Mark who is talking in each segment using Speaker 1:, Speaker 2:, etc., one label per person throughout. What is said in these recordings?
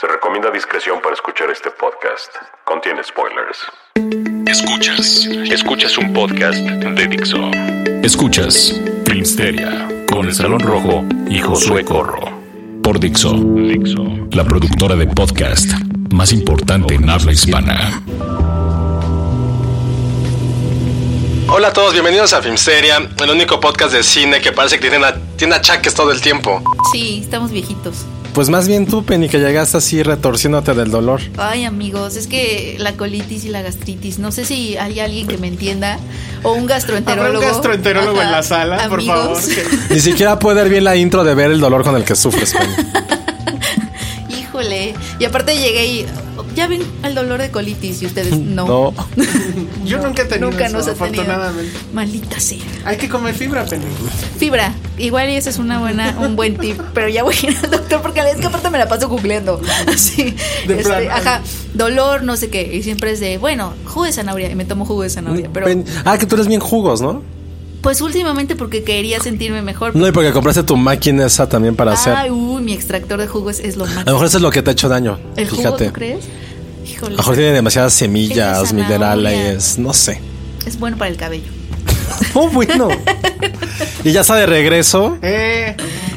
Speaker 1: Se recomienda discreción para escuchar este podcast. Contiene spoilers.
Speaker 2: Escuchas, escuchas un podcast de Dixo. Escuchas Filmsteria con el Salón Rojo y Josué Corro. Por Dixo, Dixo, la productora de podcast más importante en habla hispana.
Speaker 3: Hola a todos, bienvenidos a Filmsteria, el único podcast de cine que parece que tiene, tiene achaques todo el tiempo.
Speaker 4: Sí, estamos viejitos.
Speaker 3: Pues más bien tú, Penny, que llegaste así retorciéndote del dolor.
Speaker 4: Ay, amigos, es que la colitis y la gastritis. No sé si hay alguien que me entienda o un gastroenterólogo.
Speaker 5: ¿Habrá un gastroenterólogo
Speaker 4: Ajá.
Speaker 5: en la sala, por favor?
Speaker 4: Amigos.
Speaker 3: Ni siquiera puede ver bien la intro de ver el dolor con el que sufres, Penny.
Speaker 4: Híjole. Y aparte llegué y ya ven al dolor de colitis y ustedes no.
Speaker 3: No.
Speaker 5: Yo nunca he tenido
Speaker 4: Nunca
Speaker 5: eso,
Speaker 4: nos ha tenido.
Speaker 5: afortunadamente.
Speaker 4: Maldita sea.
Speaker 5: Hay que comer fibra, Penny.
Speaker 4: Fibra. Igual y ese es una buena, un buen tip. Pero ya voy a ir al doctor porque es que aparte me la paso googleando. Así.
Speaker 5: De
Speaker 4: Este,
Speaker 5: plano.
Speaker 4: ajá. Dolor, no sé qué. Y siempre es de, bueno, jugo de zanahoria. Y me tomo jugo de zanahoria. Pero
Speaker 3: Penny- Ah, que tú eres bien jugos, ¿no?
Speaker 4: pues últimamente porque quería sentirme mejor.
Speaker 3: No, y porque compraste tu máquina esa también para hacer.
Speaker 4: Ay,
Speaker 3: A
Speaker 4: uy, mi extractor de jugos es lo
Speaker 3: lo
Speaker 4: máximo.
Speaker 3: mejor eso es lo que te ha hecho daño.
Speaker 4: ¿El jugo,
Speaker 3: Ah, fíjate.
Speaker 4: tú crees? Híjole.
Speaker 3: a lo mejor tiene demasiadas semillas,
Speaker 4: Esa zanahoria.
Speaker 3: minerales, no sé.
Speaker 4: Es bueno para el cabello.
Speaker 3: Oh, bueno. y ya está de regreso.
Speaker 5: Eh,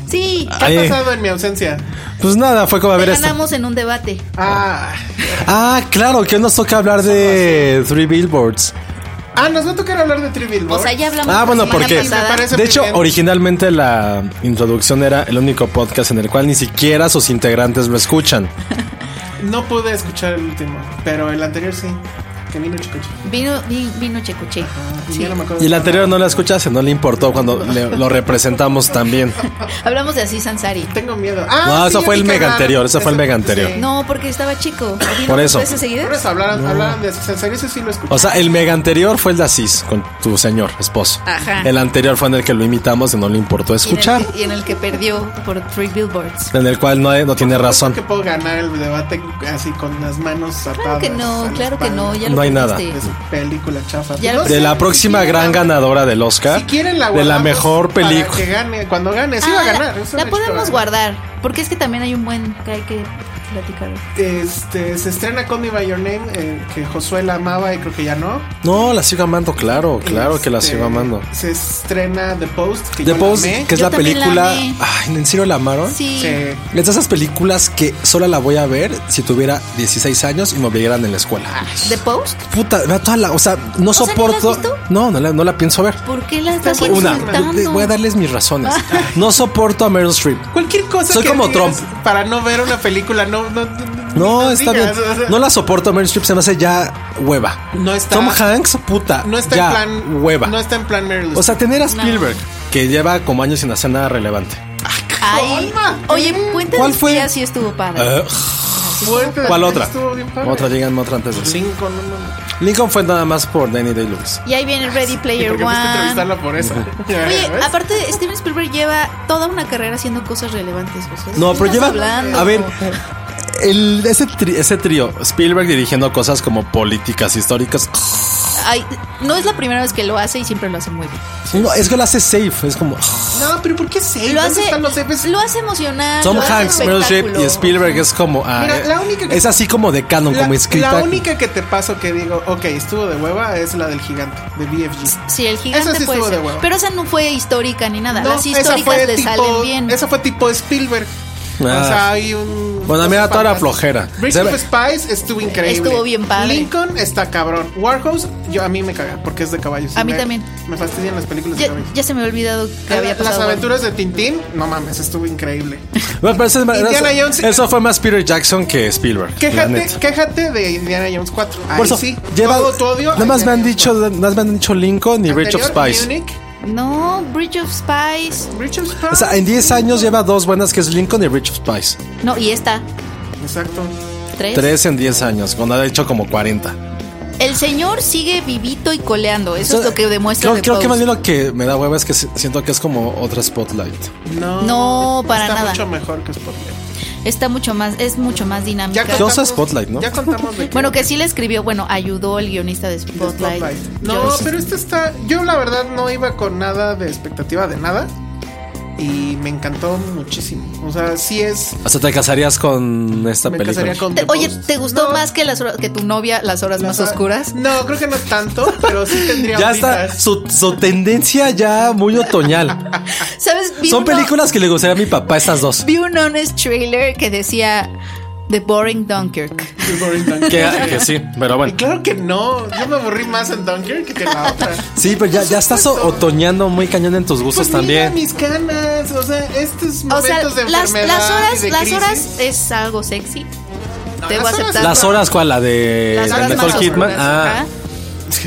Speaker 4: Sí.
Speaker 5: ¿Qué
Speaker 3: Ay.
Speaker 5: ha pasado en mi ausencia?
Speaker 3: Pues nada, fue como Ah, a
Speaker 4: Te
Speaker 3: ver esto.
Speaker 4: ganamos en un debate.
Speaker 5: Ah,
Speaker 3: Ah, claro, que hoy nos toca hablar de Three Billboards.
Speaker 5: ah nos va a tocar hablar de Trivial
Speaker 4: O sea, ya hablamos
Speaker 3: Ah,
Speaker 4: la
Speaker 3: bueno,
Speaker 4: semana
Speaker 3: porque-
Speaker 4: pasada.
Speaker 5: Me parece
Speaker 3: De hecho,
Speaker 5: muy bien.
Speaker 3: originalmente la introducción era el único podcast en el cual ni siquiera sus integrantes lo escuchan.
Speaker 5: No pude escuchar el último, pero el anterior sí. Que vino Chicoche.
Speaker 4: Vino, vi- vino Checoche.
Speaker 5: Y
Speaker 4: Sí.
Speaker 5: ya no me acuerdo.
Speaker 3: Y el anterior no la escuchaste, no le importó cuando le- lo representamos también.
Speaker 4: Hablamos de así Sansari.
Speaker 5: Tengo miedo. Ah,
Speaker 3: No,
Speaker 5: sí,
Speaker 3: eso
Speaker 5: ya
Speaker 3: fue
Speaker 5: vi
Speaker 3: el
Speaker 5: que
Speaker 3: mega
Speaker 5: hablaron.
Speaker 3: anterior, eso fue el
Speaker 5: Ese-
Speaker 3: mega anterior.
Speaker 5: sí.
Speaker 4: No, porque estaba chico. Vino
Speaker 3: Por
Speaker 4: dos
Speaker 3: eso.
Speaker 4: veces seguidas?
Speaker 5: Por eso hablaron, hablaron de César, eso sí lo escuché.
Speaker 3: O sea, el mega anterior fue el de Asís con tu señor esposo.
Speaker 4: Ajá.
Speaker 3: El anterior fue en el que lo imitamos y no le importó
Speaker 4: Ah. Y en el
Speaker 3: escuchar.
Speaker 4: que- Y en el que perdió por Three Billboards.
Speaker 3: En el cual no, hay- no tiene razón.
Speaker 5: que puedo ganar el debate así con las manos atadas.
Speaker 4: Claro que
Speaker 5: a
Speaker 4: no,
Speaker 5: la
Speaker 4: claro que no.
Speaker 5: espalda.
Speaker 4: Ya lo
Speaker 3: No hay nada.
Speaker 4: perdiste.
Speaker 5: De su película chafa.
Speaker 4: Ya
Speaker 5: No
Speaker 4: lo-
Speaker 5: sé,
Speaker 3: De la
Speaker 5: ni
Speaker 3: próxima
Speaker 5: siquiera
Speaker 3: gran
Speaker 5: la-
Speaker 3: ganadora del Oscar.
Speaker 5: Si quieren la
Speaker 3: de la
Speaker 5: guardamos
Speaker 3: mejor
Speaker 5: para
Speaker 3: película.
Speaker 5: que gane, cuando gane, sí va a
Speaker 4: Ah, la-
Speaker 5: ganar. es un
Speaker 4: La,
Speaker 5: hecho.
Speaker 4: podemos guardar. Porque es que también hay un buen que hay que platicar.
Speaker 5: Este, se estrena Call Me By Your Name, eh, que Josué la amaba y creo que ya no.
Speaker 3: No, la sigo amando, claro, claro que la
Speaker 5: Este,
Speaker 3: sigo amando.
Speaker 5: Se estrena The Post, que
Speaker 3: The
Speaker 5: yo
Speaker 3: Post,
Speaker 5: la amé.
Speaker 3: que es
Speaker 4: Yo
Speaker 3: la
Speaker 4: también la
Speaker 3: película.
Speaker 4: amé.
Speaker 3: Ay, ¿en serio la amaron?
Speaker 4: Sí.
Speaker 5: Se-
Speaker 3: Es de esas películas que sola la voy a ver si tuviera 16 años y me obligaran en la escuela.
Speaker 4: Ah, ¿The Post?
Speaker 3: Puta, veo toda la. O sea, no
Speaker 4: sea, ¿no la has
Speaker 3: soporto.
Speaker 4: visto?
Speaker 3: no, no la, no la pienso ver.
Speaker 4: ¿Por qué la estás
Speaker 3: Una,
Speaker 4: insultando?
Speaker 3: voy a darles mis razones. No soporto a Meryl Streep.
Speaker 5: Cualquier cosa
Speaker 3: Soy
Speaker 5: que
Speaker 3: como
Speaker 5: digas
Speaker 3: Trump.
Speaker 5: Para no ver una película, no. No, no,
Speaker 3: No,
Speaker 5: no
Speaker 3: está
Speaker 5: digas,
Speaker 3: bien.
Speaker 5: o sea,
Speaker 3: No la soporto a Meryl Streep, se me hace ya hueva.
Speaker 5: No está-
Speaker 3: Tom Hanks, puta.
Speaker 5: no está
Speaker 3: ya,
Speaker 5: en plan.
Speaker 3: Hueva.
Speaker 5: No está en plan Meryl
Speaker 3: o sea, tener a
Speaker 4: No.
Speaker 3: Spielberg, que lleva como años sin hacer nada relevante.
Speaker 4: Ay, oye, Puente
Speaker 3: ¿Cuál
Speaker 4: ¿Cuál
Speaker 3: fue?
Speaker 4: fue? sí estuvo padre.
Speaker 3: Eh,
Speaker 5: Streep. Fuerte,
Speaker 3: ¿Cuál otra?
Speaker 5: estuvo bien padre.
Speaker 3: Otra, díganme otra antes de eso.
Speaker 5: Cinco, no, no, no.
Speaker 3: Lincoln fue nada más por Danny Day-Lewis.
Speaker 4: Y ahí viene Ready
Speaker 5: ¿Y
Speaker 4: Player
Speaker 5: por qué fuiste a
Speaker 4: One.
Speaker 5: entrevistarla por eso?
Speaker 4: Oye,
Speaker 5: Ya, ¿ves?
Speaker 4: aparte Steven Spielberg lleva toda una carrera haciendo cosas relevantes. José.
Speaker 3: No,
Speaker 4: ¿De
Speaker 3: pero
Speaker 4: qué estás
Speaker 3: lleva.
Speaker 4: hablando?
Speaker 3: A ver, el- ese, tri- ese trío, Spielberg dirigiendo cosas como políticas históricas,
Speaker 4: ay, no es la primera vez que lo hace y siempre lo hace muy bien.
Speaker 3: No, es que lo hace safe. Es como.
Speaker 5: No, pero ¿por qué safe?
Speaker 4: Lo
Speaker 5: ¿Dónde
Speaker 4: hace,
Speaker 5: están los safes?
Speaker 4: lo hace emocional.
Speaker 3: Tom
Speaker 4: lo hace
Speaker 3: Hanks, Meryl Streep y
Speaker 4: espectáculo.
Speaker 3: Spielberg es como. ah,
Speaker 5: Mira, la única que-
Speaker 3: es así como de canon,
Speaker 5: La,
Speaker 3: como escrita.
Speaker 5: la única que te paso que digo, ok, estuvo de hueva, es la del gigante, de BFG.
Speaker 4: Sí, el gigante
Speaker 5: Esa sí
Speaker 4: puede
Speaker 5: estuvo de
Speaker 4: ser.
Speaker 5: huevo.
Speaker 4: Pero esa no fue histórica ni nada.
Speaker 5: No,
Speaker 4: Las históricas le salen bien.
Speaker 5: Esa fue tipo Spielberg.
Speaker 3: Ah.
Speaker 5: O sea, hay un.
Speaker 3: Bueno, a mí me da toda la
Speaker 5: fantásticas.
Speaker 3: flojera.
Speaker 5: Bridge
Speaker 3: Se ve-
Speaker 5: of Spies estuvo increíble.
Speaker 4: Estuvo bien padre.
Speaker 5: Lincoln está cabrón. Warhouse, yo a mí me caga porque es de caballos.
Speaker 4: A
Speaker 5: Y
Speaker 4: mí
Speaker 5: me-
Speaker 4: también.
Speaker 5: Me fastidian las películas
Speaker 4: ya,
Speaker 5: de caballos.
Speaker 4: ya se me había olvidado que había
Speaker 5: Las
Speaker 4: pasado.
Speaker 5: aventuras de Tintín, no mames, estuvo increíble.
Speaker 3: Bueno, pero eso, es más-
Speaker 5: Indiana
Speaker 3: eso-
Speaker 5: Jones-
Speaker 3: eso fue más Peter Jackson que Spielberg. la
Speaker 5: Quéjate,
Speaker 3: neta.
Speaker 5: quéjate de Indiana Jones 4. Ahí
Speaker 3: Por eso,
Speaker 5: sí.
Speaker 3: lleva-
Speaker 5: todo tu odio.
Speaker 3: Nada
Speaker 5: a
Speaker 3: más me
Speaker 5: Indiana
Speaker 3: han
Speaker 5: Jones
Speaker 3: dicho,
Speaker 5: 4.
Speaker 3: nada más me han dicho Lincoln y Rich of
Speaker 5: Anterior,
Speaker 3: Spice.
Speaker 5: Munich,
Speaker 4: No, Bridge of Spies.
Speaker 5: Bridge of Spies.
Speaker 3: O sea, en 10 años lleva dos buenas que es Lincoln y Rich of Spice.
Speaker 4: No, y esta.
Speaker 5: Exacto.
Speaker 4: Tres.
Speaker 3: Tres en 10 años, cuando ha hecho como 40.
Speaker 4: El señor sigue vivito y coleando.
Speaker 3: O
Speaker 4: Eso es
Speaker 3: sea,
Speaker 4: lo que demuestra.
Speaker 3: Creo,
Speaker 4: The
Speaker 3: creo que más
Speaker 4: Post.
Speaker 3: bien lo que me da hueva es que si- siento que es como otra Spotlight.
Speaker 5: No.
Speaker 4: No, para
Speaker 5: está
Speaker 4: nada.
Speaker 5: mucho mejor que Spotlight.
Speaker 4: Está mucho más, es mucho más dinámica.
Speaker 5: Ya
Speaker 3: Yo uso Spotlight, ¿no?
Speaker 5: Ya contamos de
Speaker 4: Bueno, que sí le escribió, bueno, ayudó el guionista de
Speaker 5: de
Speaker 4: Spotlight.
Speaker 5: Spotlight. No,
Speaker 4: Yo-
Speaker 5: pero este está. Yo la verdad no iba con nada de expectativa de nada. Y me encantó muchísimo. O sea, sí es.
Speaker 3: O sea, te casarías con esta
Speaker 5: me
Speaker 3: película.
Speaker 5: casaría con.
Speaker 4: Te-
Speaker 5: The
Speaker 4: oye,
Speaker 5: Post.
Speaker 4: ¿te gustó
Speaker 5: No,
Speaker 4: más que las horas- que tu novia las horas
Speaker 5: las-
Speaker 4: más oscuras?
Speaker 5: No, creo que no tanto, pero sí tendría.
Speaker 3: Ya está
Speaker 5: bolitas.
Speaker 3: su, su tendencia ya muy otoñal.
Speaker 4: ¿Sabes? Vi
Speaker 3: Son
Speaker 4: uno-
Speaker 3: películas que le gustaría a mi papá, estas dos.
Speaker 4: Vi un honest trailer que decía The Boring Dunkirk.
Speaker 3: Que, que sí, pero
Speaker 5: Y
Speaker 3: bueno.
Speaker 5: claro que no. Yo me aburrí más en Dunkirk que en la otra.
Speaker 3: Sí, pero ya, ya estás o- otoñando muy cañón en tus gustos
Speaker 5: Pues mira
Speaker 3: también.
Speaker 5: mis canas, o sea, estos
Speaker 4: O
Speaker 5: momentos
Speaker 4: sea,
Speaker 5: de
Speaker 4: las,
Speaker 5: enfermedad
Speaker 4: las
Speaker 5: y
Speaker 4: horas,
Speaker 5: de
Speaker 4: las
Speaker 5: crisis.
Speaker 4: horas es algo sexy.
Speaker 5: No,
Speaker 4: debo
Speaker 5: las horas
Speaker 4: aceptar.
Speaker 3: Las horas, ¿cuál? La de
Speaker 4: Las horas
Speaker 3: Nicole
Speaker 4: más
Speaker 3: Kidman.
Speaker 4: oscuras,
Speaker 3: Ah,
Speaker 4: ajá.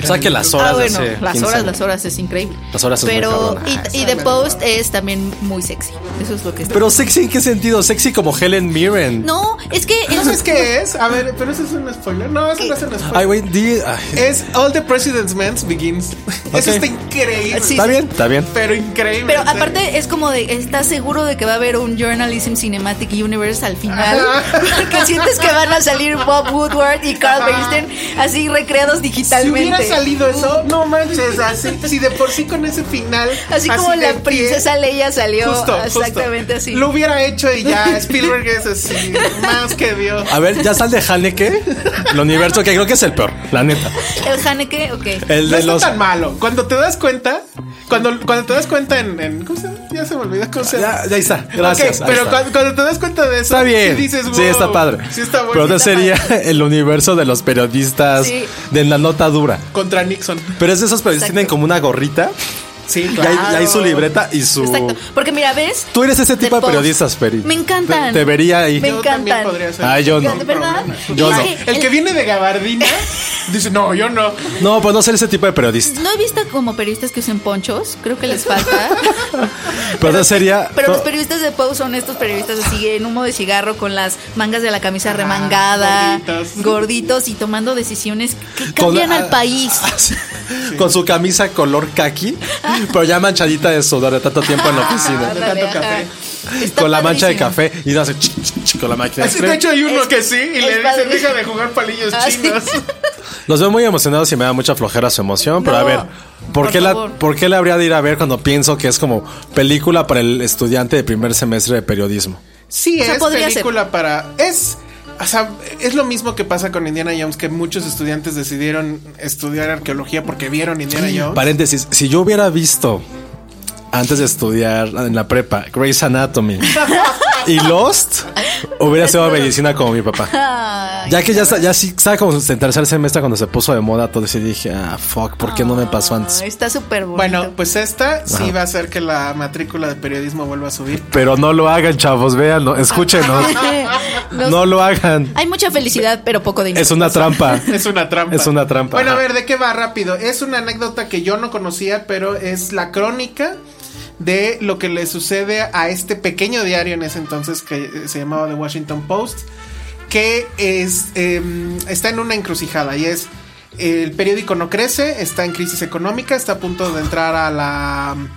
Speaker 3: o sea que las horas.
Speaker 4: Ah, bueno,
Speaker 3: hace
Speaker 4: las
Speaker 3: 15
Speaker 4: horas,
Speaker 3: años.
Speaker 4: las horas es increíble.
Speaker 3: Las horas es muy
Speaker 4: Pero,
Speaker 3: cabrona.
Speaker 4: y-
Speaker 3: Ah,
Speaker 4: y,
Speaker 5: esa
Speaker 4: The
Speaker 5: me
Speaker 4: Post es también muy sexy. Eso es lo que es.
Speaker 3: Pero sexy en qué sentido? Sexy como Helen Mirren.
Speaker 4: no, es que.
Speaker 5: ¿No sabes qué es? A ver, pero eso es un spoiler. No, eso no es un spoiler.
Speaker 3: Ay,
Speaker 4: pues
Speaker 3: güey, di. ay,
Speaker 5: Es All the President's Men's Begins. Eso está increíble.
Speaker 4: Sí,
Speaker 3: está bien, está bien.
Speaker 5: Pero increíble.
Speaker 4: Pero
Speaker 5: en serio.
Speaker 4: aparte es como de, ¿estás seguro de que va a haber un Journalism Cinematic Universe al final? Porque sientes que van a salir Bob Woodward y Carl Bernstein así recreados
Speaker 5: Si
Speaker 4: digitalmente.
Speaker 5: hubiera salido eso, no manches, así. Si de por sí con ese final.
Speaker 4: Así como
Speaker 5: de
Speaker 4: la
Speaker 5: pie,
Speaker 4: princesa Leia salió
Speaker 5: Justo, justo.
Speaker 4: exactamente así.
Speaker 5: Lo hubiera hecho y ya Spielberg es así. Más que Dios.
Speaker 3: A ver, ya está el de Haneke. El universo que creo que es el peor, la neta.
Speaker 4: El Haneke, ok.
Speaker 3: El
Speaker 5: no
Speaker 3: de
Speaker 5: está
Speaker 3: los.
Speaker 5: tan malo. Cuando te das cuenta, cuando, cuando te das cuenta en, en- ¿cómo se llama? Ya se me olvidó cómo se llama.
Speaker 3: Ya, ya está,
Speaker 5: Ok,
Speaker 3: gracias. ahí
Speaker 5: pero
Speaker 3: está.
Speaker 5: Cuando, cuando te das cuenta de eso,
Speaker 3: Está bien.
Speaker 5: sí dices,
Speaker 3: sí,
Speaker 5: "Wow,
Speaker 3: está padre.
Speaker 5: Sí está bueno.
Speaker 3: Pero entonces sería el universo de los periodistas
Speaker 4: Sí.
Speaker 3: de la nota dura.
Speaker 5: Contra Nixon.
Speaker 3: Pero es de esos periodistas que tienen como una gorrita
Speaker 5: Sí,
Speaker 3: y ahí,
Speaker 5: claro.
Speaker 3: y ahí su libreta y su.
Speaker 4: Exacto. Porque mira, ¿ves?
Speaker 3: Tú eres ese
Speaker 4: The
Speaker 3: tipo de
Speaker 4: Post.
Speaker 3: periodistas, Peri.
Speaker 4: Me encantan.
Speaker 3: Te, te vería ahí.
Speaker 4: Me
Speaker 5: Yo también
Speaker 4: encantan.
Speaker 5: podría ser.
Speaker 3: Ah, yo no.
Speaker 4: ¿De verdad?
Speaker 3: Yo
Speaker 4: Y es
Speaker 3: no.
Speaker 4: que
Speaker 5: El que viene de gabardina dice, no, yo no.
Speaker 3: No, pues no ser ese tipo de periodista.
Speaker 4: No he visto como periodistas que usen ponchos, creo que les falta.
Speaker 3: Pero, entonces sería.
Speaker 4: Pero
Speaker 3: no,
Speaker 4: los periodistas de Pau son estos periodistas así en humo de cigarro con las mangas de la
Speaker 3: Ah,
Speaker 4: camisa remangada,
Speaker 5: gorditos.
Speaker 4: gorditos y tomando decisiones que
Speaker 3: Con-
Speaker 4: cambian
Speaker 3: ah,
Speaker 4: al país.
Speaker 3: Con su camisa color kaki, pero ya manchadita de sudor de tanto tiempo en la oficina.
Speaker 4: Ándale,
Speaker 5: tanto
Speaker 4: ajá.
Speaker 5: café.
Speaker 4: Está
Speaker 3: Con la mancha de
Speaker 4: padrísimo.
Speaker 3: café y no hace ch, ch, ch con la máquina. de
Speaker 5: Así de
Speaker 3: escribir.
Speaker 5: hecho hay uno
Speaker 4: Es-
Speaker 5: que sí y
Speaker 4: es
Speaker 5: le dicen,
Speaker 4: padre.
Speaker 5: deja de jugar palillos
Speaker 4: Ah, sí.
Speaker 5: chinos.
Speaker 3: Los veo muy emocionados y me da mucha flojera su emoción, pero
Speaker 4: No,
Speaker 3: a ver, ¿por,
Speaker 4: por
Speaker 3: qué la,
Speaker 4: favor.
Speaker 3: ¿por qué la habría de ir a ver cuando pienso que es como película para el estudiante de primer semestre de periodismo?
Speaker 5: Sí,
Speaker 4: O sea,
Speaker 5: es
Speaker 4: podría
Speaker 5: película para. Es. O sea, es lo mismo que pasa con Indiana Jones, que muchos estudiantes decidieron estudiar arqueología porque vieron Indiana Jones.
Speaker 3: Paréntesis, si yo hubiera visto antes de estudiar en la prepa Grey's Anatomy y Lost, hubiera sido medicina como mi papá. Ya que ya, sa- ya sí sabe como en tercer semestre cuando se puso de moda todo eso y dije, ah, fuck, ¿por qué no me pasó antes?
Speaker 4: Ah, Está súper bonito.
Speaker 5: Bueno, pues esta sí va a hacer que la matrícula de periodismo vuelva a subir.
Speaker 3: Pero no lo hagan, chavos, véanlo, escúchenos.
Speaker 4: Los-
Speaker 3: No lo hagan.
Speaker 4: Hay mucha felicidad, pero poco dinero.
Speaker 3: Es una trampa.
Speaker 5: Es una trampa.
Speaker 3: Es una trampa.
Speaker 5: Bueno, a
Speaker 3: Ajá.
Speaker 5: ver, ¿de qué va rápido? Es una anécdota que yo no conocía, pero es la crónica de lo que le sucede a este pequeño diario en ese entonces que eh, se llamaba The Washington Post, que es, em, está en una encrucijada y es, el periódico no crece, está en crisis económica, está a punto de entrar a la mm,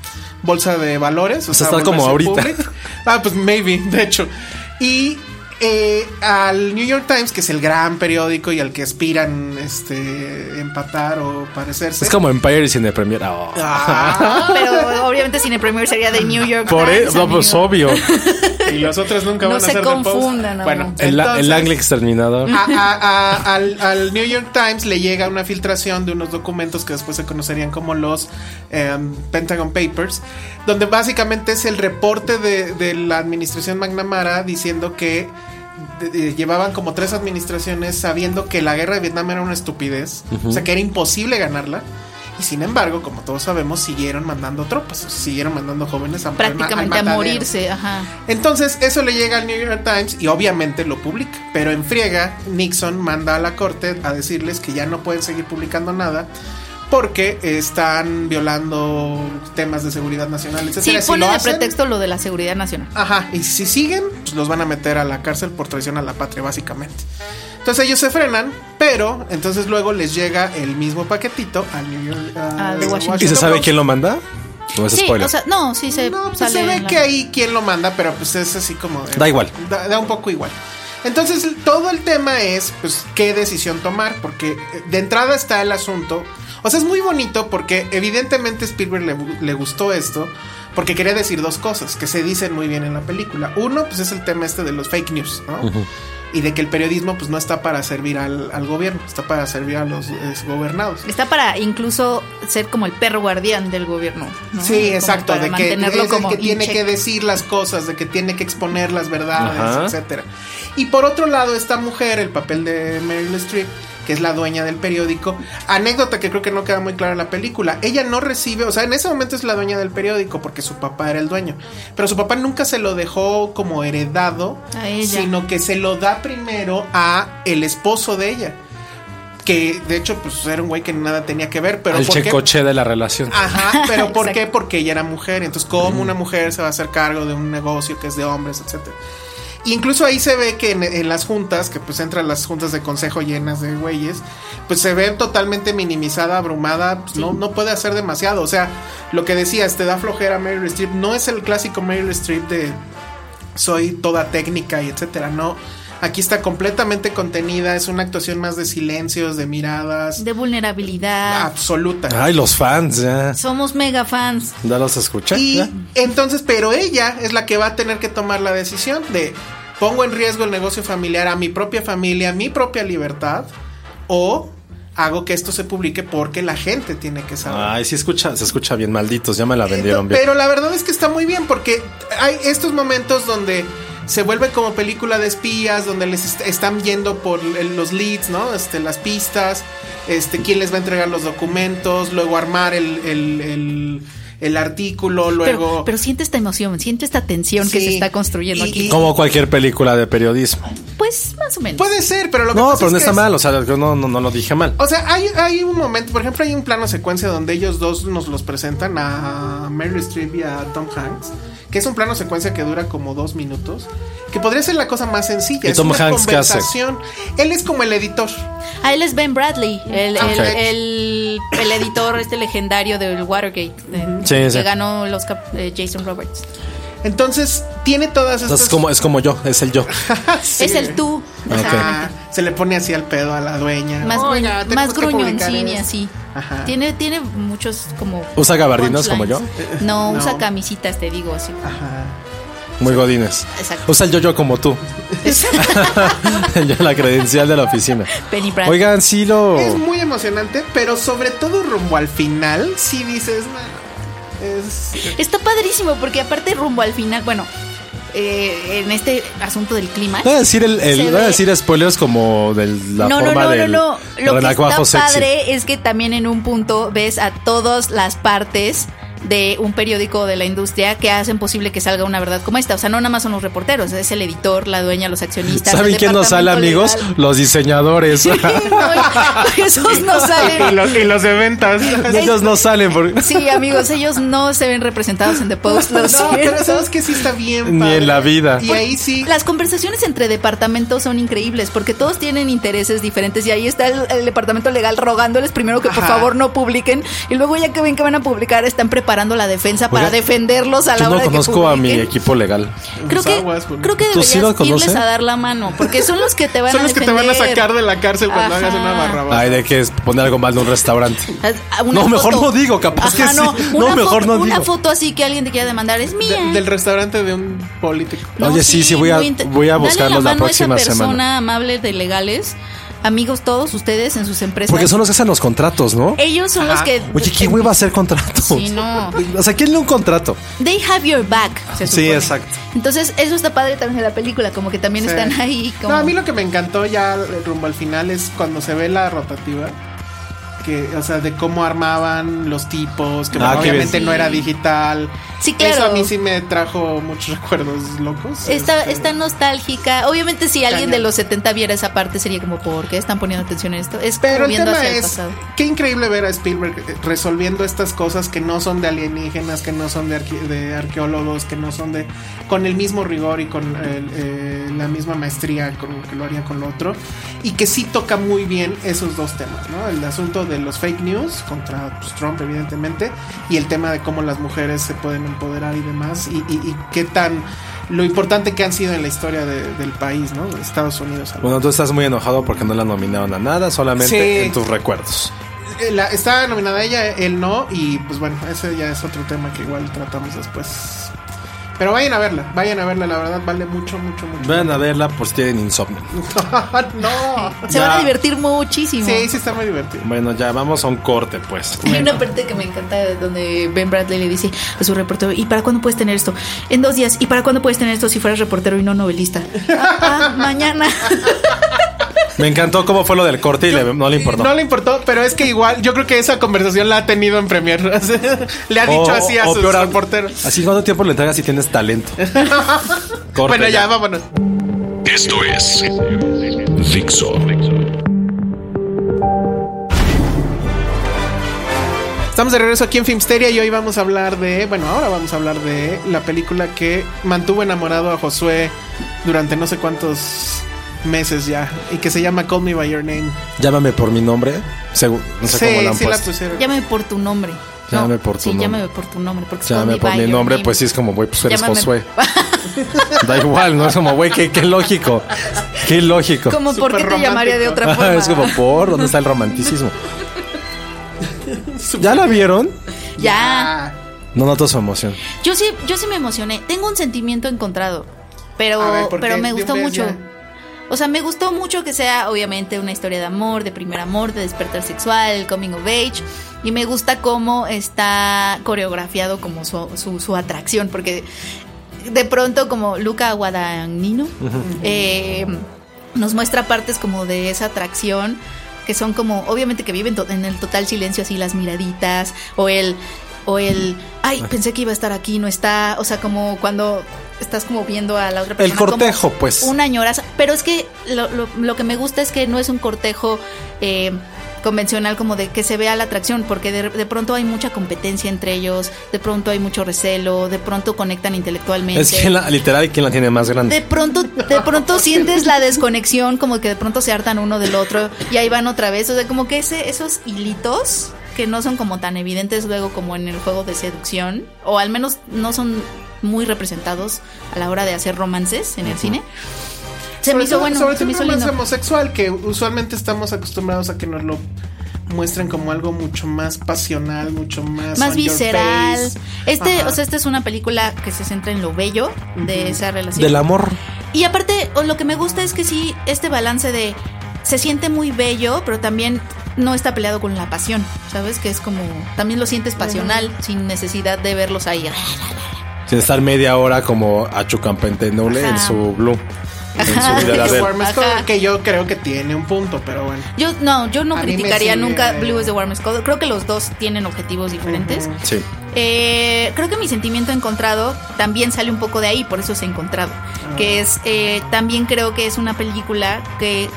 Speaker 5: bolsa de valores. O
Speaker 3: sea,
Speaker 5: sea,
Speaker 3: está como
Speaker 5: volverse
Speaker 3: ahorita.
Speaker 5: public. Ah, pues maybe, de hecho. Y eh, al New York Times, que es el gran periódico y al que aspiran este, empatar o parecerse.
Speaker 3: Es como Empire y Cine Premier. Oh.
Speaker 5: Ah,
Speaker 4: Pero obviamente Cine Premier sería de New York
Speaker 3: Por
Speaker 4: Times,
Speaker 3: eso, no, pues
Speaker 4: amigo.
Speaker 3: obvio.
Speaker 5: y los otros nunca
Speaker 4: No
Speaker 5: van a
Speaker 4: se
Speaker 5: ser de Post.
Speaker 4: confundan,
Speaker 5: Bueno,
Speaker 4: amor.
Speaker 3: El, la- el
Speaker 5: entonces- Ah,
Speaker 3: ángel exterminador.
Speaker 5: a- a- a- al, al New York Times le llega una filtración de unos documentos que después se conocerían como los em, Pentagon Papers, donde básicamente es el reporte de, de la administración McNamara diciendo que de- de- llevaban como tres administraciones sabiendo que la guerra de Vietnam era una estupidez, o sea que era imposible ganarla. Y sin embargo, como todos sabemos, siguieron mandando tropas, o sea, siguieron mandando jóvenes a
Speaker 4: Prácticamente a
Speaker 5: al matadero.
Speaker 4: morirse, ajá.
Speaker 5: Entonces, eso le llega al New York Times y obviamente lo publica. Pero en friega, Nixon manda a la corte a decirles que ya no pueden seguir publicando nada porque están violando temas de seguridad nacional, etc.
Speaker 4: Sí, pone de pretexto lo de la seguridad nacional.
Speaker 5: Ajá, y si siguen, pues los van a meter a la cárcel por traición a la patria, básicamente. Entonces ellos se frenan, pero entonces luego les llega el mismo paquetito al New York
Speaker 4: Al
Speaker 5: eh,
Speaker 4: Washington
Speaker 3: ¿Y se sabe
Speaker 5: Post.
Speaker 3: quién lo manda? No es
Speaker 4: Sí,
Speaker 3: spoiler.
Speaker 4: o sea, no, sí se
Speaker 5: No, pues
Speaker 4: sale
Speaker 5: se ve
Speaker 4: en la-
Speaker 5: que ahí quien lo manda, pero pues es así como. de-
Speaker 3: Da igual.
Speaker 5: Da, da un poco igual. Entonces, todo el tema es, pues, qué decisión tomar, porque eh, de entrada está el asunto. O sea, es muy bonito porque evidentemente Spielberg le, le gustó esto, porque quería decir dos cosas que se dicen muy bien en la película. Uno, pues, es el tema este de los fake news, ¿no? Y de que el periodismo, pues, no está para servir al, al gobierno, está para servir a los eh, gobernados.
Speaker 4: Está para incluso ser como el perro guardián del gobierno. ¿no?
Speaker 5: Sí,
Speaker 4: Como
Speaker 5: exacto,
Speaker 4: para
Speaker 5: de que
Speaker 4: mantenerlo
Speaker 5: es el
Speaker 4: como
Speaker 5: que tiene
Speaker 4: in
Speaker 5: que
Speaker 4: check.
Speaker 5: decir las cosas, de que tiene que exponer las verdades,
Speaker 3: Ajá.
Speaker 5: etcétera. Y por otro lado, esta mujer, el papel de Meryl Streep, que es la dueña del periódico, anécdota que creo que no queda muy clara en la película. Ella no recibe, o sea, en ese momento es la dueña del periódico porque su papá era el dueño, pero su papá nunca se lo dejó como heredado,
Speaker 4: A ella.
Speaker 5: sino que se lo da primero a el esposo de ella. Que de hecho, pues era un güey que nada tenía que ver, pero
Speaker 3: el
Speaker 5: ¿por qué? Ah.
Speaker 3: checoche de la relación.
Speaker 5: Ajá, pero ¿por
Speaker 4: Exacto.
Speaker 5: qué? Porque ella era mujer. Entonces, ¿cómo una mujer se va a hacer cargo de un negocio que es de hombres, etcétera? Y Incluso ahí se ve que en, en las juntas, que pues entran las juntas de consejo llenas de güeyes, pues se ve totalmente minimizada, abrumada, pues, no, no puede hacer demasiado. O sea, lo que decías, te da flojera Meryl Streep, no es el clásico Meryl Streep de soy toda técnica y etcétera, no. Aquí está completamente contenida, es una actuación más de silencios, de miradas,
Speaker 4: De vulnerabilidad.
Speaker 5: absoluta.
Speaker 3: Ay, los fans, ya.
Speaker 5: Ah.
Speaker 4: Somos mega fans.
Speaker 3: Ya los escuché.
Speaker 5: Y
Speaker 3: ya.
Speaker 5: entonces, pero ella es la que va a tener que tomar la decisión de pongo en riesgo el negocio familiar, a mi propia familia, mi propia libertad, o hago que esto se publique porque la gente tiene que saber.
Speaker 3: Ay, sí escucha, se escucha bien, malditos, ya me la vendieron bien.
Speaker 5: Pero la verdad es que está muy bien porque hay estos momentos donde se vuelve como película de espías, donde les est- están yendo por el- los leads, ¿no? Este, las pistas, este, quién les va a entregar los documentos, luego armar el, el- el- el artículo, luego...
Speaker 4: Pero, pero siente esta emoción, siente esta tensión que
Speaker 5: Sí.
Speaker 4: se está construyendo
Speaker 5: Y-
Speaker 4: aquí.
Speaker 5: y-
Speaker 3: Como cualquier película de periodismo.
Speaker 4: Pues más o menos.
Speaker 5: Puede ser, pero lo que
Speaker 3: No,
Speaker 5: pasa
Speaker 3: pero
Speaker 5: es
Speaker 3: no
Speaker 5: que
Speaker 3: está
Speaker 5: es-
Speaker 3: mal, o sea, no, no, no lo dije mal.
Speaker 5: O sea, hay, hay un momento, por ejemplo, hay un plano secuencia donde ellos dos nos los presentan a Meryl Streep y a Tom Hanks, que es un plano secuencia que dura como dos minutos, que podría ser la cosa más sencilla.
Speaker 3: ¿Y
Speaker 5: es
Speaker 3: Tom
Speaker 5: una
Speaker 3: Hanks qué hace?
Speaker 5: conversación. Él es como el editor.
Speaker 4: A él es Ben Bradley, el, el-
Speaker 3: Ah, Ok.
Speaker 4: el- el editor este legendario del Watergate, de-
Speaker 3: Sí,
Speaker 4: que
Speaker 3: sí.
Speaker 4: ganó los Jason Roberts.
Speaker 5: Entonces, tiene todas estas.
Speaker 3: Entonces, como, es como yo, es el yo.
Speaker 5: Sí.
Speaker 4: es el tú,
Speaker 5: Ajá, se le pone así al pedo a la dueña.
Speaker 4: más, gruñón,
Speaker 5: Oiga, tenemos
Speaker 4: más
Speaker 5: que publicar
Speaker 4: gruñoncín y
Speaker 5: esto.
Speaker 4: así.
Speaker 5: Ajá.
Speaker 4: Tiene, tiene muchos como...
Speaker 3: ¿Usa gabardinas como yo?
Speaker 4: punchlines. No,
Speaker 5: No. Ah.
Speaker 4: usa camisitas, te digo así.
Speaker 5: Ajá.
Speaker 3: Muy godines.
Speaker 4: Exacto.
Speaker 3: Usa el yo-yo como tú. Yo la credencial de la oficina.
Speaker 4: Penny Bradley.
Speaker 3: Oigan, sí lo.
Speaker 5: Es muy emocionante, pero sobre todo rumbo al final, si dices, "Nah, es
Speaker 4: Está padrísimo porque aparte rumbo al final, bueno, eh, en este asunto del clima...
Speaker 3: No voy a decir, el, el-
Speaker 4: Se
Speaker 3: no voy a
Speaker 4: ve-
Speaker 3: decir spoilers como de la
Speaker 4: no,
Speaker 3: forma
Speaker 4: no, no,
Speaker 3: del
Speaker 4: no, no. Lo que
Speaker 3: renacuajo
Speaker 4: está
Speaker 3: sexy.
Speaker 4: padre es que también en un punto ves a todas las partes de un periódico de la industria que hacen posible que salga una verdad como esta. O sea, no nada más son los reporteros, es el editor, la dueña, los accionistas.
Speaker 3: ¿Saben
Speaker 4: el
Speaker 3: quién nos sale,
Speaker 4: departamento
Speaker 3: amigos?
Speaker 4: legal.
Speaker 3: Los diseñadores.
Speaker 4: No, esos no salen.
Speaker 5: los, de ventas.
Speaker 3: Ellos no salen porque.
Speaker 4: Sí, amigos, ellos no se ven representados en The Post. lo
Speaker 5: No, pero
Speaker 4: siento.
Speaker 5: sabes que sí está bien.
Speaker 3: Ni
Speaker 5: padre.
Speaker 3: en la vida.
Speaker 5: Y ahí sí.
Speaker 4: Las conversaciones entre departamentos son increíbles porque todos tienen intereses diferentes y ahí está el, el departamento legal rogándoles primero que por
Speaker 5: Ajá.
Speaker 4: favor no publiquen y luego ya que ven que van a publicar están preparando la defensa para
Speaker 3: Oiga,
Speaker 4: defenderlos a la
Speaker 3: Yo
Speaker 4: hora
Speaker 3: no
Speaker 4: de que ¿eh?
Speaker 3: conozco a mi
Speaker 4: publiquen.
Speaker 3: equipo legal.
Speaker 4: Creo que,
Speaker 5: Aguas con-
Speaker 4: creo que
Speaker 3: ¿Tú
Speaker 4: deberías
Speaker 3: sí lo conoces?
Speaker 4: irles a dar la mano, porque son los que te van
Speaker 5: Son
Speaker 4: a
Speaker 5: los que te van a
Speaker 4: defender.
Speaker 5: sacar de la cárcel cuando
Speaker 4: Ajá.
Speaker 5: hagas una barrabada.
Speaker 3: Ay, de que es poner algo mal de un restaurante.
Speaker 4: A Ah, una
Speaker 3: No, mejor
Speaker 4: foto.
Speaker 3: no digo, capaz que sí. No,
Speaker 4: una
Speaker 3: mejor
Speaker 4: foto-
Speaker 3: no
Speaker 4: Una
Speaker 3: digo.
Speaker 4: foto así que alguien te quiera demandar es mía.
Speaker 5: De- del restaurante de un político.
Speaker 4: No,
Speaker 3: Oye, sí, sí, voy a-
Speaker 4: muy inte-
Speaker 3: voy a
Speaker 4: Dale
Speaker 3: buscarlos la
Speaker 4: mano a esa
Speaker 3: próxima
Speaker 4: persona
Speaker 3: semana.
Speaker 4: amable de legales, amigos todos ustedes en sus empresas.
Speaker 3: Porque son los que hacen los contratos, ¿no?
Speaker 4: Ellos son los que...
Speaker 3: Oye, ¿qué hueva hacer contratos?
Speaker 4: Eh, pues Sí, no.
Speaker 3: O sea, ¿quién lee un contrato?
Speaker 4: They have your back. se
Speaker 3: Sí,
Speaker 4: supone.
Speaker 3: exacto.
Speaker 4: Entonces, eso está padre también de la película, como que también
Speaker 5: Sí.
Speaker 4: están ahí. Como...
Speaker 5: No, a mí lo que me encantó ya rumbo al final es cuando se ve la rotativa. Que, o sea, de cómo armaban los tipos, que
Speaker 3: Ah, qué
Speaker 5: obviamente
Speaker 4: bien.
Speaker 5: no era digital.
Speaker 4: Sí, claro.
Speaker 5: Eso a mí sí me trajo muchos recuerdos locos.
Speaker 4: Está,
Speaker 5: Este,
Speaker 4: está nostálgica. Obviamente, si alguien
Speaker 5: Cañón.
Speaker 4: de los 70 viera esa parte, sería como, ¿por qué están poniendo atención a esto? Es como
Speaker 5: Pero el
Speaker 4: viendo
Speaker 5: tema
Speaker 4: hacia el
Speaker 5: es,
Speaker 4: pasado.
Speaker 5: qué increíble ver a Spielberg eh, resolviendo estas cosas que no son de alienígenas, que no son de, arque- de arqueólogos, que no son de... con el mismo rigor y con eh, eh, la misma maestría con, que lo haría con lo otro, y que sí toca muy bien esos dos temas, ¿no? El asunto de los fake news contra pues, Trump, evidentemente, y el tema de cómo las mujeres se pueden empoderar y demás, y, y- y qué tan... lo importante que han sido en la historia de- del país, ¿no? De Estados Unidos. al
Speaker 3: Bueno, tú estás muy enojado porque no la nominaron a nada, solamente
Speaker 5: Sí.
Speaker 3: en tus recuerdos.
Speaker 5: Eh, la- estaba nominada ella, él no, y pues bueno, ese ya es otro tema que igual tratamos después. Pero vayan a verla, vayan a verla, la verdad vale mucho, mucho, mucho.
Speaker 3: Vayan a verla por si tienen insomnio.
Speaker 5: no.
Speaker 4: Se van a
Speaker 3: Ya.
Speaker 4: divertir muchísimo.
Speaker 5: Sí, sí está muy divertido.
Speaker 3: Bueno, ya vamos a un corte, pues.
Speaker 4: Hay una parte que me encanta donde Ben Bradley le dice a su reportero, ¿y para cuándo puedes tener esto? En dos días, ¿y para cuándo puedes tener esto si fueras reportero y no novelista? Ah, ah, mañana.
Speaker 3: Me encantó cómo fue lo del corte y le- no le importó.
Speaker 5: No le importó, pero es que igual yo creo que esa conversación la ha tenido en Premier. le ha dicho
Speaker 3: O-
Speaker 5: así a
Speaker 3: o
Speaker 5: su
Speaker 3: peor aún,
Speaker 5: reportero.
Speaker 3: Así cuánto tiempo le entregas si tienes talento. Corte
Speaker 5: bueno, ya, vámonos.
Speaker 2: Esto es Dixo.
Speaker 5: Estamos de regreso aquí en Filmsteria y hoy vamos a hablar de, bueno, ahora vamos a hablar de la película que mantuvo enamorado a Josué durante no sé cuántos meses ya y que se llama Call Me by Your Name.
Speaker 3: Llámame por mi nombre. Según, no sé cómo la han
Speaker 5: sí la
Speaker 3: puesto.
Speaker 5: pusieron.
Speaker 4: Llámame por tu nombre.
Speaker 3: Llámame por tu
Speaker 4: sí,
Speaker 3: nombre.
Speaker 4: llámame por tu nombre. Porque es
Speaker 3: Llámame
Speaker 4: call me
Speaker 3: por
Speaker 4: by
Speaker 3: mi
Speaker 4: your
Speaker 3: nombre,
Speaker 4: name.
Speaker 3: pues sí es como, güey, pues eres
Speaker 4: Llámame-
Speaker 3: Josué. Da igual, ¿no? Es como, güey, qué, qué lógico. Qué lógico.
Speaker 4: como, ¿por qué te
Speaker 5: Superromántico.
Speaker 4: llamaría de otra forma?
Speaker 3: es como, por, ¿dónde está el romanticismo? ¿Ya la vieron?
Speaker 4: Ya.
Speaker 5: Ah,
Speaker 3: No noto su emoción.
Speaker 4: Yo sí, yo sí me emocioné. Tengo un sentimiento encontrado, Ah, pero,
Speaker 5: A ver, ¿por
Speaker 4: pero
Speaker 5: qué?
Speaker 4: me
Speaker 5: De
Speaker 4: gustó
Speaker 5: una vez
Speaker 4: mucho.
Speaker 5: ya.
Speaker 4: O sea, me gustó mucho que sea obviamente una historia de amor, de primer amor, de despertar sexual, coming of age. Y me gusta cómo está coreografiado como su, su, su atracción, porque de pronto como Luca Guadagnino eh, nos muestra partes como de esa atracción que son como obviamente que viven to- en el total silencio así las miraditas o el o el ay pensé que iba a estar aquí no está o sea como cuando estás como viendo a la otra persona
Speaker 3: El cortejo,
Speaker 4: como
Speaker 3: pues.
Speaker 4: una añoraza pero es que lo, lo- lo que me gusta es que no es un cortejo eh, convencional como de que se vea la atracción, porque de, de pronto hay mucha competencia entre ellos, de pronto hay mucho recelo, de pronto conectan intelectualmente.
Speaker 3: Es que la, literal, ¿quién la tiene más grande?
Speaker 4: De pronto, de pronto sientes la desconexión, como que de pronto se hartan uno del otro y ahí van otra vez. O sea, como que ese, esos hilitos que no son como tan evidentes luego como en el juego de seducción, o al menos no son muy representados a la hora de hacer romances en el cine. Se me
Speaker 5: Sobre
Speaker 4: hizo
Speaker 5: todo-
Speaker 4: bueno,
Speaker 5: sobre
Speaker 4: se me
Speaker 5: todo
Speaker 4: hizo
Speaker 5: un romance
Speaker 4: lindo.
Speaker 5: homosexual que usualmente estamos acostumbrados a que nos lo muestren como algo mucho más pasional, mucho más
Speaker 4: más
Speaker 5: on your
Speaker 4: visceral.
Speaker 5: face.
Speaker 4: Este,
Speaker 5: Ajá.
Speaker 4: o sea, esta es una película que se centra en lo bello de esa relación.
Speaker 3: Del amor.
Speaker 4: Y aparte, o lo que me gusta es que sí, este balance de se siente muy bello, pero también no está peleado con la pasión, ¿sabes? Que es como, también lo sientes pasional, sin necesidad de verlos ahí.
Speaker 3: Sin estar media hora como a Chucampente-Noble en
Speaker 4: Ajá.
Speaker 3: su blue. En
Speaker 4: Ajá.
Speaker 3: su vida
Speaker 5: The
Speaker 3: de él.
Speaker 5: Warmest
Speaker 4: Ajá.
Speaker 5: Color, que yo creo que tiene un punto, pero bueno.
Speaker 4: Yo no, yo no
Speaker 5: A mí me
Speaker 4: criticaría
Speaker 5: sigue.
Speaker 4: nunca Blue is the Warmest Color. Creo que los dos tienen objetivos diferentes.
Speaker 3: Sí.
Speaker 4: Eh, creo que mi sentimiento encontrado también sale un poco de ahí, por eso es encontrado. Que
Speaker 3: Ah.
Speaker 4: es, eh, también creo que es una película que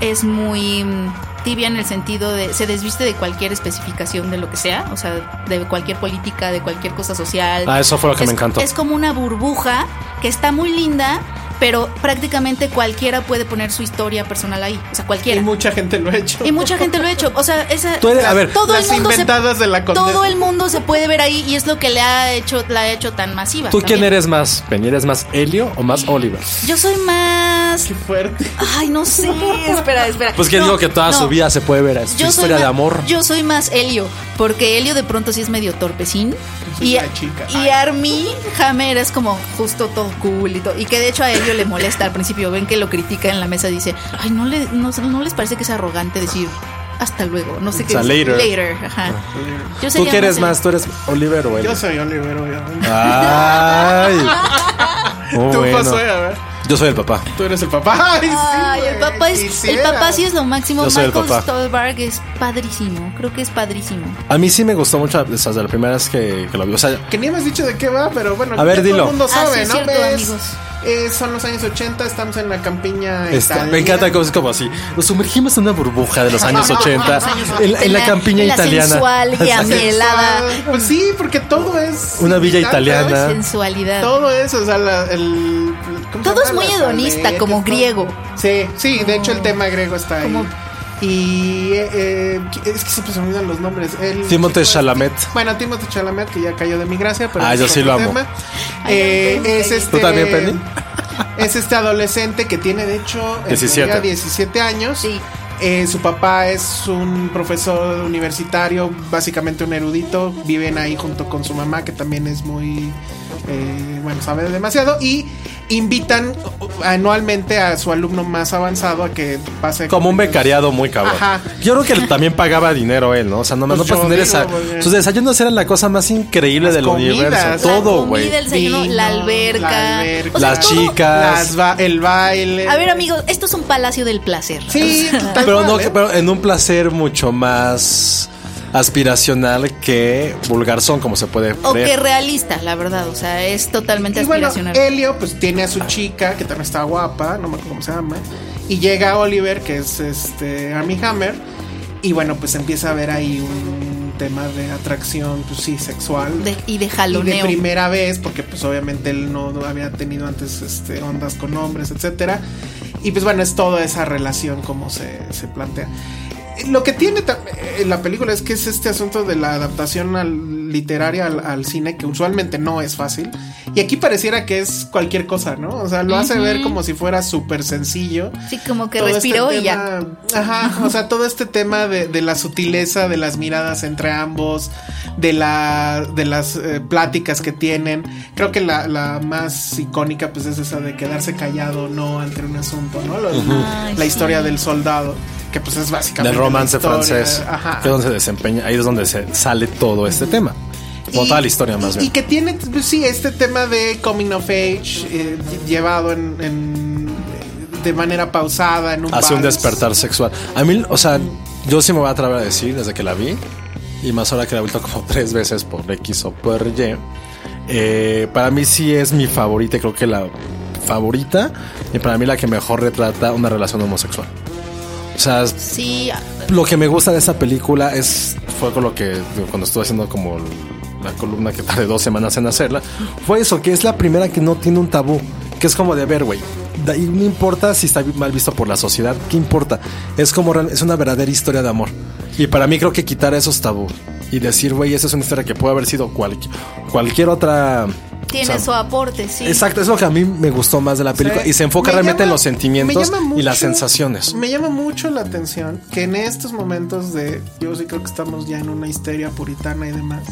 Speaker 4: es muy mm, tibia en el sentido de, se desviste de cualquier especificación de lo que sea, o sea, de cualquier política, de cualquier cosa social.
Speaker 3: Ah, eso fue lo que
Speaker 4: es,
Speaker 3: me encantó.
Speaker 4: Es como una burbuja que está muy linda. pero prácticamente cualquiera puede poner su historia personal ahí. O sea,
Speaker 5: Y
Speaker 4: cualquiera. Y,
Speaker 5: mucha gente lo ha hecho.
Speaker 4: mucha gente lo ha hecho. O sea, esa,
Speaker 3: Tú eres- a ver,
Speaker 4: todo el
Speaker 5: las
Speaker 4: mundo se,
Speaker 5: inventadas de la condesa.
Speaker 4: todo el mundo se puede ver ahí y es lo que le ha hecho, la ha hecho tan masiva.
Speaker 3: ¿Tú quién
Speaker 4: también.
Speaker 3: eres más, Penny? ¿Eres más Helio o más Oliver?
Speaker 4: Yo soy más.
Speaker 5: Qué fuerte.
Speaker 4: Ay, no sé. Espera, espera.
Speaker 3: Pues que
Speaker 4: No,
Speaker 3: digo que toda
Speaker 4: no.
Speaker 3: su vida se puede ver. Es su
Speaker 4: soy
Speaker 3: historia
Speaker 4: más-
Speaker 3: de amor.
Speaker 4: Yo soy más Helio, porque Helio de pronto sí es medio torpecín.
Speaker 5: Soy
Speaker 4: Y,
Speaker 5: una chica.
Speaker 4: y Armin Hammer es como justo todo cool y todo. Y que de hecho a Helio le molesta al principio. Ven que lo critica en la mesa, dice, ay, no, le, no, no les parece que es arrogante decir hasta luego. No sé qué.
Speaker 3: sea,
Speaker 4: decir,
Speaker 3: later. Ah.
Speaker 4: ajá. Yo
Speaker 3: ¿Tú
Speaker 4: sería
Speaker 3: qué eres
Speaker 4: Helio.
Speaker 3: más? ¿Tú eres Oliver o Helio?
Speaker 5: Yo soy Oliver, obviamente.
Speaker 3: Ay. Muy Ah, oh,
Speaker 5: Tú,
Speaker 3: bueno.
Speaker 5: Josué, a ver.
Speaker 3: Yo soy el papá.
Speaker 5: Tú eres el papá. Ay, sí,
Speaker 4: Ay, el
Speaker 5: güey,
Speaker 4: papá, es, el
Speaker 5: quisiera.
Speaker 4: papá sí es lo máximo.
Speaker 3: Yo soy el
Speaker 4: Michael
Speaker 3: papá.
Speaker 4: Stolberg es padrísimo. Creo que es padrísimo.
Speaker 3: A mí sí me gustó mucho esas de las primeras que, que lo vi. O sea,
Speaker 5: Que ni me has dicho de qué va, pero bueno,
Speaker 3: A
Speaker 5: ya
Speaker 3: ver, dilo.
Speaker 5: todo el mundo
Speaker 4: Ah,
Speaker 5: sabe,
Speaker 4: sí,
Speaker 5: ¿no?
Speaker 4: cierto,
Speaker 5: Ves,
Speaker 4: amigos.
Speaker 5: eh, son los años 80, estamos en la campiña
Speaker 3: Está-
Speaker 5: italiana.
Speaker 3: me encanta cómo es como así. Nos sumergimos en una burbuja de los años 80 en, en la campiña
Speaker 4: en la
Speaker 3: italiana.
Speaker 4: sensual y amielada.
Speaker 5: Sensual. Pues sí, porque todo es...
Speaker 3: Una villa
Speaker 5: invitante,
Speaker 3: italiana.
Speaker 4: Todo es sensualidad.
Speaker 5: Todo es, o sea, la- el... ¿cómo se
Speaker 4: Todo es
Speaker 5: llama?
Speaker 4: muy
Speaker 5: Las
Speaker 4: hedonista,
Speaker 5: palmeras,
Speaker 4: como
Speaker 5: todo.
Speaker 4: griego.
Speaker 5: Sí, sí, de hecho el tema griego está ahí.
Speaker 4: Como-
Speaker 5: Y eh, eh, es que siempre se me olvidan los nombres. El, este.
Speaker 3: Timothée Chalamet.
Speaker 5: Bueno, Timothée Chalamet, que ya cayó de mi gracia, pero...
Speaker 3: Ah,
Speaker 5: es
Speaker 3: yo sí
Speaker 5: otro
Speaker 3: lo amo.
Speaker 5: tema.
Speaker 4: Ay,
Speaker 5: Eh,
Speaker 4: no,
Speaker 5: es
Speaker 4: Penny.
Speaker 5: este...
Speaker 3: ¿Tú también, Penny?
Speaker 5: Es este adolescente que tiene, de hecho, en
Speaker 3: 17.
Speaker 5: teoría, 17 años.
Speaker 4: Sí.
Speaker 5: Eh, su papá es un profesor universitario, básicamente un erudito. Viven ahí junto con su mamá, que también es muy. eh, bueno, sabe demasiado. Y invitan anualmente a su alumno más avanzado a que pase.
Speaker 3: Como un
Speaker 5: con ellos.
Speaker 3: becariado muy cabrón.
Speaker 5: Ajá.
Speaker 3: Yo creo que él también pagaba dinero él, ¿no? O sea, nomás
Speaker 5: Pues
Speaker 3: no para
Speaker 5: yo
Speaker 3: tener
Speaker 5: digo,
Speaker 3: esa.
Speaker 5: porque-
Speaker 3: Sus desayunos eran la cosa más increíble
Speaker 5: Las
Speaker 3: del
Speaker 5: comidas, la
Speaker 3: universo. Todo, güey.
Speaker 4: comida, el desayuno,
Speaker 5: Vino,
Speaker 4: la alberca.
Speaker 5: la alberca.
Speaker 4: O sea,
Speaker 3: Las
Speaker 4: todo-
Speaker 3: chicas.
Speaker 5: Las ba- el baile.
Speaker 4: A ver, amigos, esto es un palacio del placer.
Speaker 5: Sí, tal
Speaker 3: Pero
Speaker 5: cual,
Speaker 3: no,
Speaker 5: ¿eh?
Speaker 3: pero en un placer mucho más aspiracional que vulgar son, como se puede
Speaker 4: O que
Speaker 3: creer.
Speaker 4: realista, la verdad. O sea, es totalmente
Speaker 5: Y bueno,
Speaker 4: aspiracional.
Speaker 5: Helio pues tiene a su chica, que también está guapa, no me acuerdo cómo se llama. Y llega Oliver, que es este Army Hammer. Y bueno, pues empieza a ver ahí un tema de atracción, pues sí, sexual.
Speaker 4: De- y de
Speaker 5: y de
Speaker 4: jaloneo.
Speaker 5: primera vez, porque pues obviamente él no había tenido antes este, ondas con hombres, etcétera. Y pues bueno, es toda esa relación como se, se plantea. Lo que tiene tam- eh, la película es que es este asunto de la adaptación al- literaria al, al cine, que usualmente no es fácil. Y aquí pareciera que es cualquier cosa, ¿no? O sea, lo hace ver como si fuera súper sencillo
Speaker 4: sí, como que
Speaker 5: todo este
Speaker 4: respiró y ya.
Speaker 5: tema- Ajá, o sea, todo este tema de, de la sutileza de las miradas entre ambos, de, la, de las eh, pláticas que tienen. Creo que la, la más icónica pues es esa de quedarse callado no ante un asunto, ¿no? Lo-
Speaker 4: Ay,
Speaker 5: La historia
Speaker 4: sí.
Speaker 5: del soldado, que pues es básicamente...
Speaker 3: Del
Speaker 5: la
Speaker 3: romance
Speaker 5: historia,
Speaker 3: francés.
Speaker 5: Ajá.
Speaker 3: Que es donde se desempeña. Ahí es donde se sale todo este tema. Como toda la historia, más
Speaker 5: y-
Speaker 3: bien.
Speaker 5: Y que tiene, pues, sí, este tema de coming of age eh, lle- llevado en, en- de manera pausada en un
Speaker 3: Hace un
Speaker 5: bar.
Speaker 3: despertar sexual. A mí, o sea, yo sí me voy a atrever a decir desde que la vi, y más ahora que la he vuelto como tres veces por X o por Y, eh, para mí sí es mi favorita, y creo que la favorita, y para mí la que mejor retrata una relación homosexual. O sea, es-
Speaker 4: Sí, ah,
Speaker 3: lo que me gusta de esta película es, fue con lo que cuando estuve haciendo como la columna que tardé dos semanas en hacerla, fue eso, que es la primera que no tiene un tabú, que es como de ver, güey. da- Y no importa si está mal visto por la sociedad, ¿qué importa? Es como real- es una verdadera historia de amor. Y para mí creo que quitar esos tabús y decir, güey, esa es una historia que puede haber sido cualqui- cualquier otra...
Speaker 4: tiene
Speaker 3: o sea,
Speaker 4: su aporte, sí.
Speaker 3: Exacto, es lo que a mí me gustó más de la película.
Speaker 5: Sí.
Speaker 3: Y se enfoca
Speaker 5: Me
Speaker 3: realmente en
Speaker 5: llama-
Speaker 3: los sentimientos
Speaker 5: me llama
Speaker 3: y las
Speaker 5: mucho-
Speaker 3: sensaciones.
Speaker 5: Me llama mucho la atención que en estos momentos de. Yo sí creo que estamos ya en una histeria puritana y demás.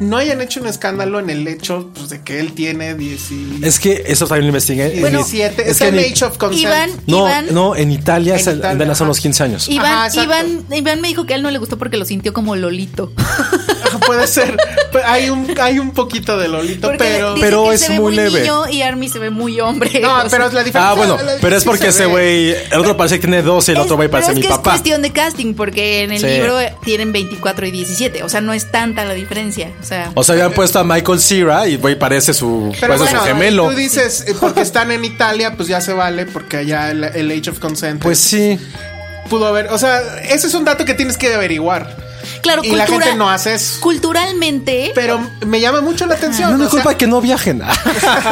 Speaker 5: No hayan hecho un escándalo en el hecho pues, de que él tiene 17.
Speaker 3: Es que eso también lo investigué. en mi-
Speaker 5: 17.
Speaker 3: es
Speaker 5: Es
Speaker 3: que
Speaker 5: el
Speaker 3: ni-
Speaker 5: age of consent.
Speaker 4: Iván,
Speaker 3: No,
Speaker 4: Iván,
Speaker 3: no, en Italia,
Speaker 5: En
Speaker 3: es el-
Speaker 5: Italia,
Speaker 3: apenas son
Speaker 5: ajá.
Speaker 3: los 15 años.
Speaker 4: Iván,
Speaker 5: Ajá, exacto.
Speaker 4: Iván, Iván me dijo que a él no le gustó porque lo sintió como Lolito.
Speaker 5: Ajá, Puede ser. Pero hay, un, hay un poquito de Lolito,
Speaker 4: Porque
Speaker 5: pero.
Speaker 4: dice
Speaker 3: Pero
Speaker 4: que
Speaker 3: es
Speaker 4: se ve
Speaker 3: muy leve.
Speaker 4: niño y Army se ve muy hombre.
Speaker 5: No,
Speaker 4: O sea,
Speaker 5: pero es la diferencia.
Speaker 3: Ah, bueno,
Speaker 5: la-
Speaker 3: pero es
Speaker 5: sí
Speaker 3: porque
Speaker 5: se
Speaker 3: ese
Speaker 5: ve.
Speaker 3: güey, el otro parece que tiene 12 y el otro güey
Speaker 4: Es- pero
Speaker 3: parece
Speaker 4: es
Speaker 3: mi
Speaker 4: que Es
Speaker 3: papá.
Speaker 4: cuestión de casting, porque en el
Speaker 3: Sí.
Speaker 4: libro tienen 24 y 17. O sea, no es tanta la diferencia. O sea,
Speaker 3: O sea, habían puesto a Michael Cera y güey parece su,
Speaker 5: Pero
Speaker 3: parece su
Speaker 5: bueno,
Speaker 3: pues, gemelo.
Speaker 5: tú dices, eh, porque están en Italia, pues ya se vale, porque allá el, el Age of Consent
Speaker 3: Pues sí,
Speaker 5: pudo haber. O sea, ese es un dato que tienes que averiguar.
Speaker 4: Claro,
Speaker 5: Y la
Speaker 4: cultura-
Speaker 5: gente no hace eso.
Speaker 4: Culturalmente,
Speaker 5: Pero me llama mucho la atención.
Speaker 3: No me
Speaker 5: o sea,
Speaker 3: culpa que no viajen.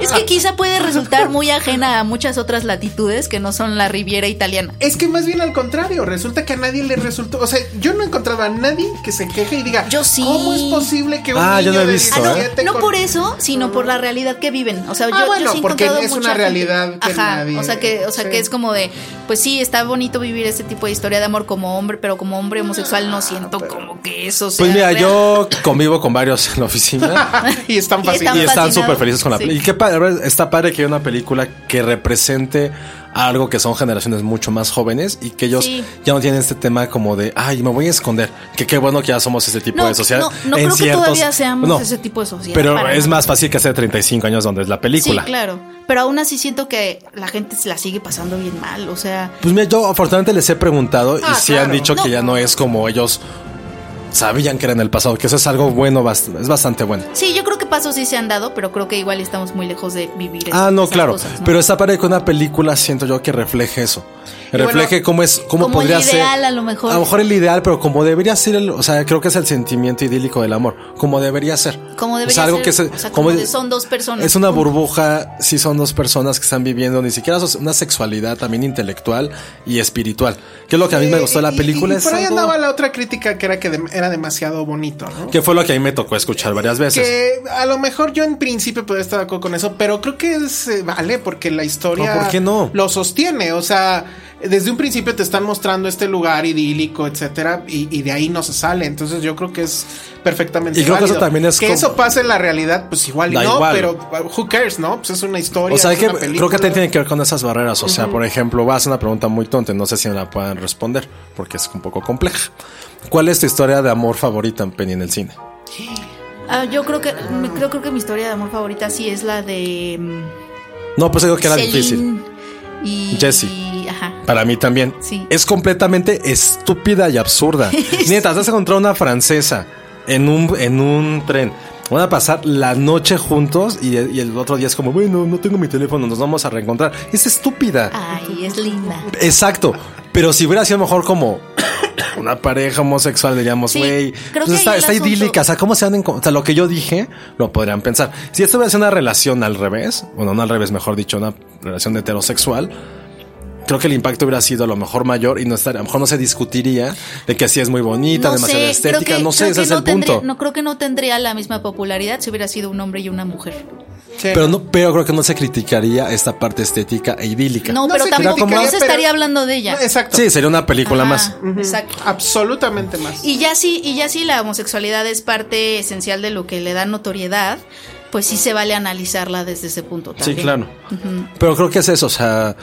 Speaker 4: es que quizá puede resultar muy ajena a muchas otras latitudes que no son la Riviera italiana.
Speaker 5: es que más bien al contrario, resulta que a nadie le resultó. O sea, yo no he encontrado a nadie que se queje y diga,
Speaker 4: Yo sí.
Speaker 5: ¿cómo es posible que un
Speaker 3: Ah, yo
Speaker 5: niño
Speaker 3: no he
Speaker 5: de
Speaker 3: visto,
Speaker 4: Ah, no,
Speaker 5: 17
Speaker 4: no
Speaker 5: con-
Speaker 4: por eso, sino por la realidad que viven. O sea,
Speaker 5: Ah,
Speaker 4: yo, yo
Speaker 5: bueno,
Speaker 4: sí he
Speaker 5: porque
Speaker 4: encontrado
Speaker 5: es
Speaker 4: mucha
Speaker 5: una
Speaker 4: gente-
Speaker 5: realidad que
Speaker 4: Ajá,
Speaker 5: nadie-
Speaker 4: o sea que, o sea
Speaker 5: sí.
Speaker 4: que es como de, pues sí, está bonito vivir este tipo de historia de amor como hombre, pero como hombre homosexual
Speaker 5: Ah,
Speaker 4: no siento como que eso sea.
Speaker 3: Pues mira,
Speaker 4: real.
Speaker 3: yo convivo con varios en la oficina
Speaker 5: Ah, y están
Speaker 4: Y están
Speaker 3: y
Speaker 5: fascinados.
Speaker 3: están
Speaker 4: fascinados.
Speaker 3: súper felices con la
Speaker 4: Sí.
Speaker 3: película. Y qué padre, la verdad, está padre que haya una película que represente algo que son generaciones mucho más jóvenes y que ellos
Speaker 4: Sí.
Speaker 3: ya no tienen este tema como de, ay, me voy a esconder. Que qué bueno que ya somos ese tipo
Speaker 4: No,
Speaker 3: de sociedad.
Speaker 4: no, no
Speaker 3: pues, en
Speaker 4: creo que
Speaker 3: ciertos-
Speaker 4: todavía seamos
Speaker 3: no,
Speaker 4: ese tipo de sociedad.
Speaker 3: Pero
Speaker 4: para
Speaker 3: es
Speaker 4: nada.
Speaker 3: más fácil que hace 35 años donde es la película.
Speaker 4: Sí, claro. Pero aún así siento que la gente se la sigue pasando bien mal. O sea,
Speaker 3: Pues mira, yo afortunadamente les he preguntado y
Speaker 5: Ah,
Speaker 3: sí han
Speaker 5: claro.
Speaker 3: dicho que
Speaker 4: No.
Speaker 3: ya no es como ellos sabían que era en el pasado, que eso es algo bueno, bast- es bastante bueno.
Speaker 4: sí, yo creo que pasos sí se han dado, pero creo que igual estamos muy lejos de vivir.
Speaker 3: Ah,
Speaker 4: esas-
Speaker 3: no,
Speaker 4: esas
Speaker 3: claro.
Speaker 4: cosas, ¿no?
Speaker 3: Pero esta parte con una película siento yo que refleje eso. Que
Speaker 5: bueno,
Speaker 3: refleje cómo es, cómo
Speaker 4: como el
Speaker 3: podría ser.
Speaker 4: ideal, a lo mejor.
Speaker 3: A lo mejor el ideal, pero como debería ser el, o sea, creo que es el sentimiento idílico del amor, como debería ser.
Speaker 4: Como
Speaker 3: O
Speaker 4: debería
Speaker 3: sea, algo
Speaker 4: ser,
Speaker 3: que se-
Speaker 4: o sea, como
Speaker 3: como-
Speaker 4: de- son dos personas.
Speaker 3: Es una burbuja, sí son dos personas que están viviendo ni siquiera so- una sexualidad también intelectual y espiritual. Que es lo que a mí me gustó de la
Speaker 5: Y- y-
Speaker 3: película.
Speaker 5: y
Speaker 3: es
Speaker 5: por ahí
Speaker 3: algo-
Speaker 5: andaba la otra crítica que era que de- era demasiado bonito, ¿no?
Speaker 3: Que fue lo que a mí me tocó escuchar varias veces.
Speaker 5: Que a lo mejor yo en principio podría estar de acuerdo con eso, pero creo que se vale porque la historia
Speaker 3: No, ¿por qué no?
Speaker 5: lo sostiene. O sea, desde un principio te están mostrando este lugar idílico, etcétera, y, y de ahí no se sale. Entonces yo creo que es perfectamente.
Speaker 3: Y creo que
Speaker 5: válido.
Speaker 3: eso también es
Speaker 5: Que
Speaker 3: como-
Speaker 5: eso pase en la realidad, pues igual y
Speaker 3: Da
Speaker 5: no,
Speaker 3: igual.
Speaker 5: pero uh, who cares, ¿no? Pues es una historia.
Speaker 3: O sea,
Speaker 5: es
Speaker 3: que
Speaker 5: una
Speaker 3: creo que
Speaker 5: película.
Speaker 3: también tiene que ver con esas barreras. O sea, por ejemplo, vas a hacer una pregunta muy tonta, y no sé si me la puedan responder, porque es un poco compleja. ¿Cuál es tu historia de amor favorita, Penny, en el cine?
Speaker 4: Ah, yo creo que me- creo, creo que mi historia de amor favorita sí es la de mm,
Speaker 3: No, pues digo que era
Speaker 4: Celine
Speaker 3: difícil.
Speaker 4: y
Speaker 3: Jessie.
Speaker 4: y- ajá.
Speaker 3: Para mí también.
Speaker 4: Sí.
Speaker 3: Es completamente estúpida y absurda. Neta, vas a encontrar una francesa en un, en un tren. Van a pasar la noche juntos y, y el otro día es como, bueno, no tengo mi teléfono, nos vamos a reencontrar. Es estúpida.
Speaker 4: Ay, es linda.
Speaker 3: Exacto. Pero si hubiera sido mejor como una pareja homosexual, diríamos,
Speaker 4: Sí,
Speaker 3: güey.
Speaker 4: creo
Speaker 3: pues
Speaker 4: que
Speaker 3: está
Speaker 4: ahí el
Speaker 3: está
Speaker 4: asunto-
Speaker 3: idílica. O sea, ¿cómo se han enco- O sea, lo que yo dije, lo podrían pensar. Si esto hubiera sido una relación al revés, bueno, no al revés, mejor dicho, una relación heterosexual. Creo que el impacto hubiera sido a lo mejor mayor y no estaría, a lo mejor no se discutiría de que así es muy bonita, demasiado
Speaker 4: creo
Speaker 3: estética,
Speaker 4: que-
Speaker 3: no sé,
Speaker 4: creo
Speaker 3: ese
Speaker 4: que
Speaker 3: es
Speaker 4: no
Speaker 3: el
Speaker 4: tendría-
Speaker 3: punto.
Speaker 4: No creo que no tendría la misma popularidad si hubiera sido un hombre y una mujer.
Speaker 5: Sí.
Speaker 3: Pero no, pero creo que no se criticaría esta parte estética e idílica.
Speaker 4: No, pero
Speaker 5: se
Speaker 4: tampoco
Speaker 5: criticaría,
Speaker 4: no se
Speaker 5: pero-
Speaker 4: estaría hablando de ella.
Speaker 5: No, exacto.
Speaker 3: Sí, sería una película
Speaker 4: Ajá,
Speaker 3: más.
Speaker 4: Exacto.
Speaker 5: Absolutamente más.
Speaker 4: Y ya sí, y ya sí la homosexualidad es parte esencial de lo que le da notoriedad, pues sí se vale analizarla desde ese punto también.
Speaker 3: Sí, claro. Pero creo que es eso, o sea,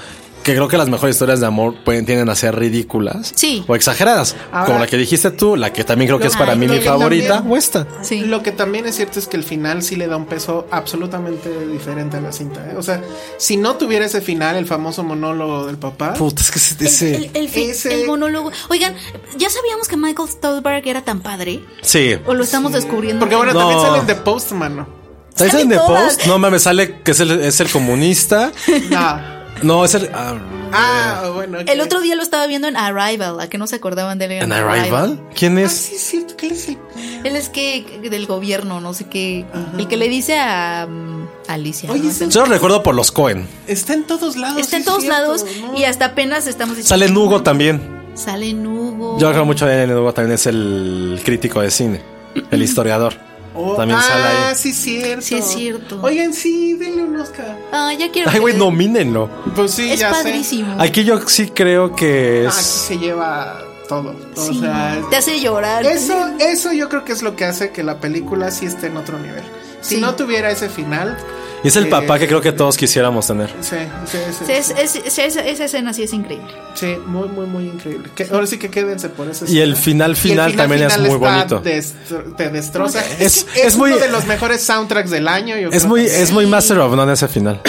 Speaker 3: que creo que las mejores historias de amor pueden tienden a ser ridículas.
Speaker 4: Sí.
Speaker 3: O exageradas.
Speaker 5: Ahora-
Speaker 3: como la que dijiste tú, la que también creo que es
Speaker 4: Ay,
Speaker 3: para mí
Speaker 4: no,
Speaker 3: mi
Speaker 4: yo
Speaker 3: favorita.
Speaker 5: también.
Speaker 3: O esta.
Speaker 4: Sí.
Speaker 5: Lo que también es cierto es que el final sí le da un peso absolutamente diferente a la cinta. ¿eh? O sea, si no tuviera ese final, el famoso monólogo del papá.
Speaker 3: Puta, es que ese- ese-
Speaker 4: El, el fi-
Speaker 5: Ese-
Speaker 4: el monólogo. Oigan, ¿ya sabíamos que Michael Stolberg era tan padre?
Speaker 3: Sí.
Speaker 4: ¿O lo estamos descubriendo?
Speaker 5: Porque bueno,
Speaker 3: No.
Speaker 5: también salen de post, mano.
Speaker 3: ¿Sabes
Speaker 4: salen
Speaker 3: en The
Speaker 4: todas.
Speaker 3: Post? No mames, sale que es el, es el comunista.
Speaker 5: Ah,
Speaker 3: No, es el. ah,
Speaker 5: ah bueno. ok.
Speaker 4: El otro día lo estaba viendo en Arrival, a que no se acordaban de él.
Speaker 3: ¿En Arrival? ¿Quién
Speaker 5: Ah,
Speaker 3: es?
Speaker 5: sí, es cierto. ¿Qué es el-
Speaker 4: Él es que del gobierno, no sé qué. El que le dice a mm, Alicia.
Speaker 5: Oye,
Speaker 4: ¿no?
Speaker 5: es el-
Speaker 3: Yo lo recuerdo por los Cohen.
Speaker 5: está en todos lados.
Speaker 4: Está en
Speaker 5: sí es
Speaker 4: todos
Speaker 5: cierto,
Speaker 4: lados
Speaker 5: ¿no?
Speaker 4: y hasta apenas estamos diciendo.
Speaker 3: Sale Nugo también.
Speaker 4: Sale Nugo.
Speaker 3: Yo recuerdo mucho de él. Nugo también es el crítico de cine, el historiador.
Speaker 5: Oh,
Speaker 3: también sale
Speaker 5: ah,
Speaker 3: ahí.
Speaker 5: sí, es cierto.
Speaker 4: Sí, es cierto.
Speaker 5: Oigan, sí, denle un Oscar.
Speaker 4: Ah, ya quiero.
Speaker 3: Ay,
Speaker 4: que-
Speaker 3: güey, nomínenlo.
Speaker 5: Pues sí,
Speaker 4: Es
Speaker 5: ya
Speaker 4: padrísimo.
Speaker 3: Aquí yo sí creo
Speaker 5: sé.
Speaker 3: que
Speaker 5: Ah,
Speaker 3: es.
Speaker 5: se lleva todo. O
Speaker 4: Sí,
Speaker 5: sea,
Speaker 4: te hace llorar.
Speaker 5: Eso, eso yo creo que es lo que hace que la película sí esté en otro nivel. Si
Speaker 4: Sí.
Speaker 5: no tuviera ese final.
Speaker 3: Y es el
Speaker 5: eh,
Speaker 3: papá que creo que todos quisiéramos tener.
Speaker 5: Sí, sí, sí,
Speaker 4: Sí, es-
Speaker 5: sí.
Speaker 4: es- es- esa- esa escena sí es increíble.
Speaker 5: Sí, muy, muy, muy increíble. Que- ahora sí que quédense por eso.
Speaker 3: Y el final final también es muy bonito.
Speaker 5: te destroza.
Speaker 3: Es-
Speaker 5: Es, es
Speaker 3: es muy-
Speaker 5: uno de los mejores soundtracks del año. yo
Speaker 3: Es
Speaker 5: creo.
Speaker 3: muy, es muy Master of None ese final.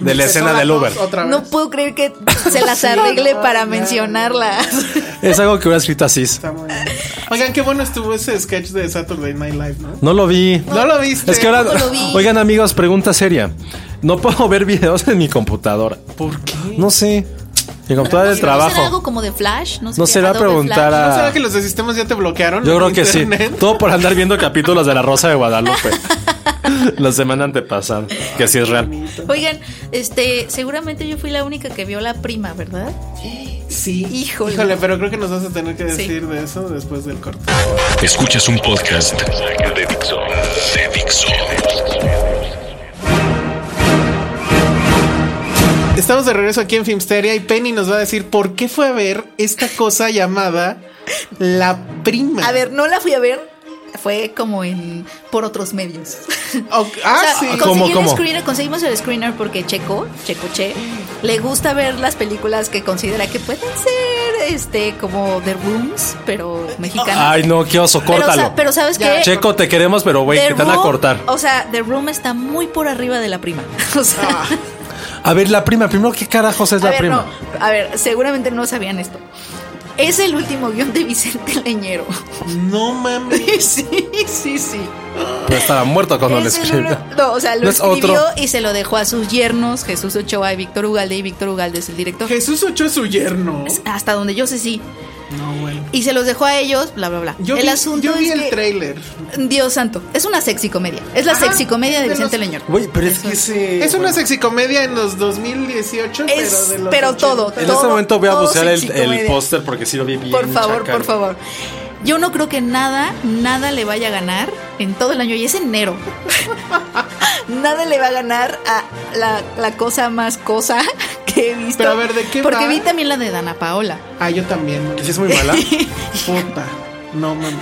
Speaker 3: de la
Speaker 5: Empezó
Speaker 3: escena
Speaker 5: la
Speaker 3: del
Speaker 5: dos
Speaker 3: Uber.
Speaker 5: otra vez.
Speaker 4: No puedo creer que se las arregle para mencionarlas.
Speaker 3: Es algo que hubiera escrito así.
Speaker 5: Está muy bien. Oigan, qué bueno estuvo ese sketch de Saturday Night Live, ¿no?
Speaker 3: No lo vi.
Speaker 5: No lo viste.
Speaker 3: Es que ahora.
Speaker 4: Tampoco lo vi.
Speaker 3: Oigan, amigos, pregunta seria. No puedo ver videos en mi computadora.
Speaker 5: ¿Por qué?
Speaker 3: No sé. Y con todo el
Speaker 4: ¿No será
Speaker 3: trabajo.
Speaker 4: algo como de Flash? No, sé
Speaker 3: No
Speaker 4: qué,
Speaker 3: será
Speaker 4: Adobe
Speaker 3: preguntar
Speaker 4: Flash.
Speaker 3: a-
Speaker 5: ¿No será que los de sistemas ya te bloquearon?
Speaker 3: Yo
Speaker 5: en
Speaker 3: creo que sí.
Speaker 5: internet?
Speaker 3: Todo por andar viendo capítulos de La Rosa de Guadalupe. La semana antepasada. Que sí es real.
Speaker 4: Oigan, este, seguramente yo fui la única que vio la prima, ¿verdad?
Speaker 5: Sí.
Speaker 4: Híjole.
Speaker 5: Híjole, pero creo que nos vas a tener que
Speaker 4: Sí.
Speaker 5: decir de eso después del corte.
Speaker 2: Escuchas un podcast de Dixo. De Dixo.
Speaker 5: Estamos de regreso aquí en Filmsteria y Penny nos va a decir por qué fue a ver esta cosa llamada La Prima.
Speaker 4: A ver, no la fui a ver. Fue como en por otros medios.
Speaker 5: Ok, ah, sí.
Speaker 4: conseguí
Speaker 3: ¿Cómo,
Speaker 4: el
Speaker 3: cómo?
Speaker 4: screener- conseguimos el screener porque Checo, Checo Che, le gusta ver las películas que considera que pueden ser este como The Rooms, pero mexicanas.
Speaker 3: Ay, no, qué oso,
Speaker 4: pero,
Speaker 3: córtalo.
Speaker 4: sa- pero sabes qué?
Speaker 3: Checo, te queremos, pero güey,
Speaker 4: The
Speaker 3: que te van a
Speaker 4: Room-
Speaker 3: cortar.
Speaker 4: O sea, The Room está muy por arriba de la prima. O sea,
Speaker 3: A ver, la prima, primero, ¿qué carajos es
Speaker 4: a
Speaker 3: la
Speaker 4: ver,
Speaker 3: prima?
Speaker 4: no, a ver, seguramente no sabían esto. Es el último guión de Vicente Leñero.
Speaker 5: No mames.
Speaker 4: Sí, sí, sí.
Speaker 3: Pero estaba muerto cuando le
Speaker 4: Ese
Speaker 3: escribí.
Speaker 4: no- No, o sea, lo
Speaker 3: No es
Speaker 4: escribió
Speaker 3: otro.
Speaker 4: y se lo dejó a sus yernos, Jesús Ochoa y Víctor Ugalde, y Víctor Ugalde es el director.
Speaker 5: Jesús Ocho es su yerno.
Speaker 4: Hasta donde yo sé, sí.
Speaker 5: No, bueno.
Speaker 4: Y se los dejó a ellos, bla, bla, bla.
Speaker 5: Yo
Speaker 4: el
Speaker 5: vi,
Speaker 4: asunto
Speaker 5: yo vi
Speaker 4: es
Speaker 5: el
Speaker 4: que-
Speaker 5: tráiler.
Speaker 4: Dios santo, es una sexy comedia. Es la
Speaker 5: Ajá,
Speaker 4: sexy comedia de
Speaker 5: de
Speaker 4: Vicente
Speaker 5: los-
Speaker 4: Leñero.
Speaker 3: Güey, pero es que ese.
Speaker 5: Es una sexicomedia en los 2018, pero
Speaker 4: Es-
Speaker 5: de los
Speaker 4: pero
Speaker 5: 80.
Speaker 4: todo.
Speaker 3: En este momento voy a
Speaker 4: todo
Speaker 3: buscar el,
Speaker 4: sexicomedia.
Speaker 3: el póster porque sí lo vi bien.
Speaker 4: Por favor,
Speaker 3: chacal.
Speaker 4: por favor. Yo no creo que nada, nada le vaya a ganar en todo el año y es enero. nada le va a ganar a la, la cosa más cosa que he visto.
Speaker 5: Pero a ver, ¿de qué
Speaker 4: Porque
Speaker 5: va?
Speaker 4: vi también la de Dana Paola.
Speaker 5: Ah, yo también.
Speaker 3: ¿Que sí es muy mala?
Speaker 5: Puta. No mames.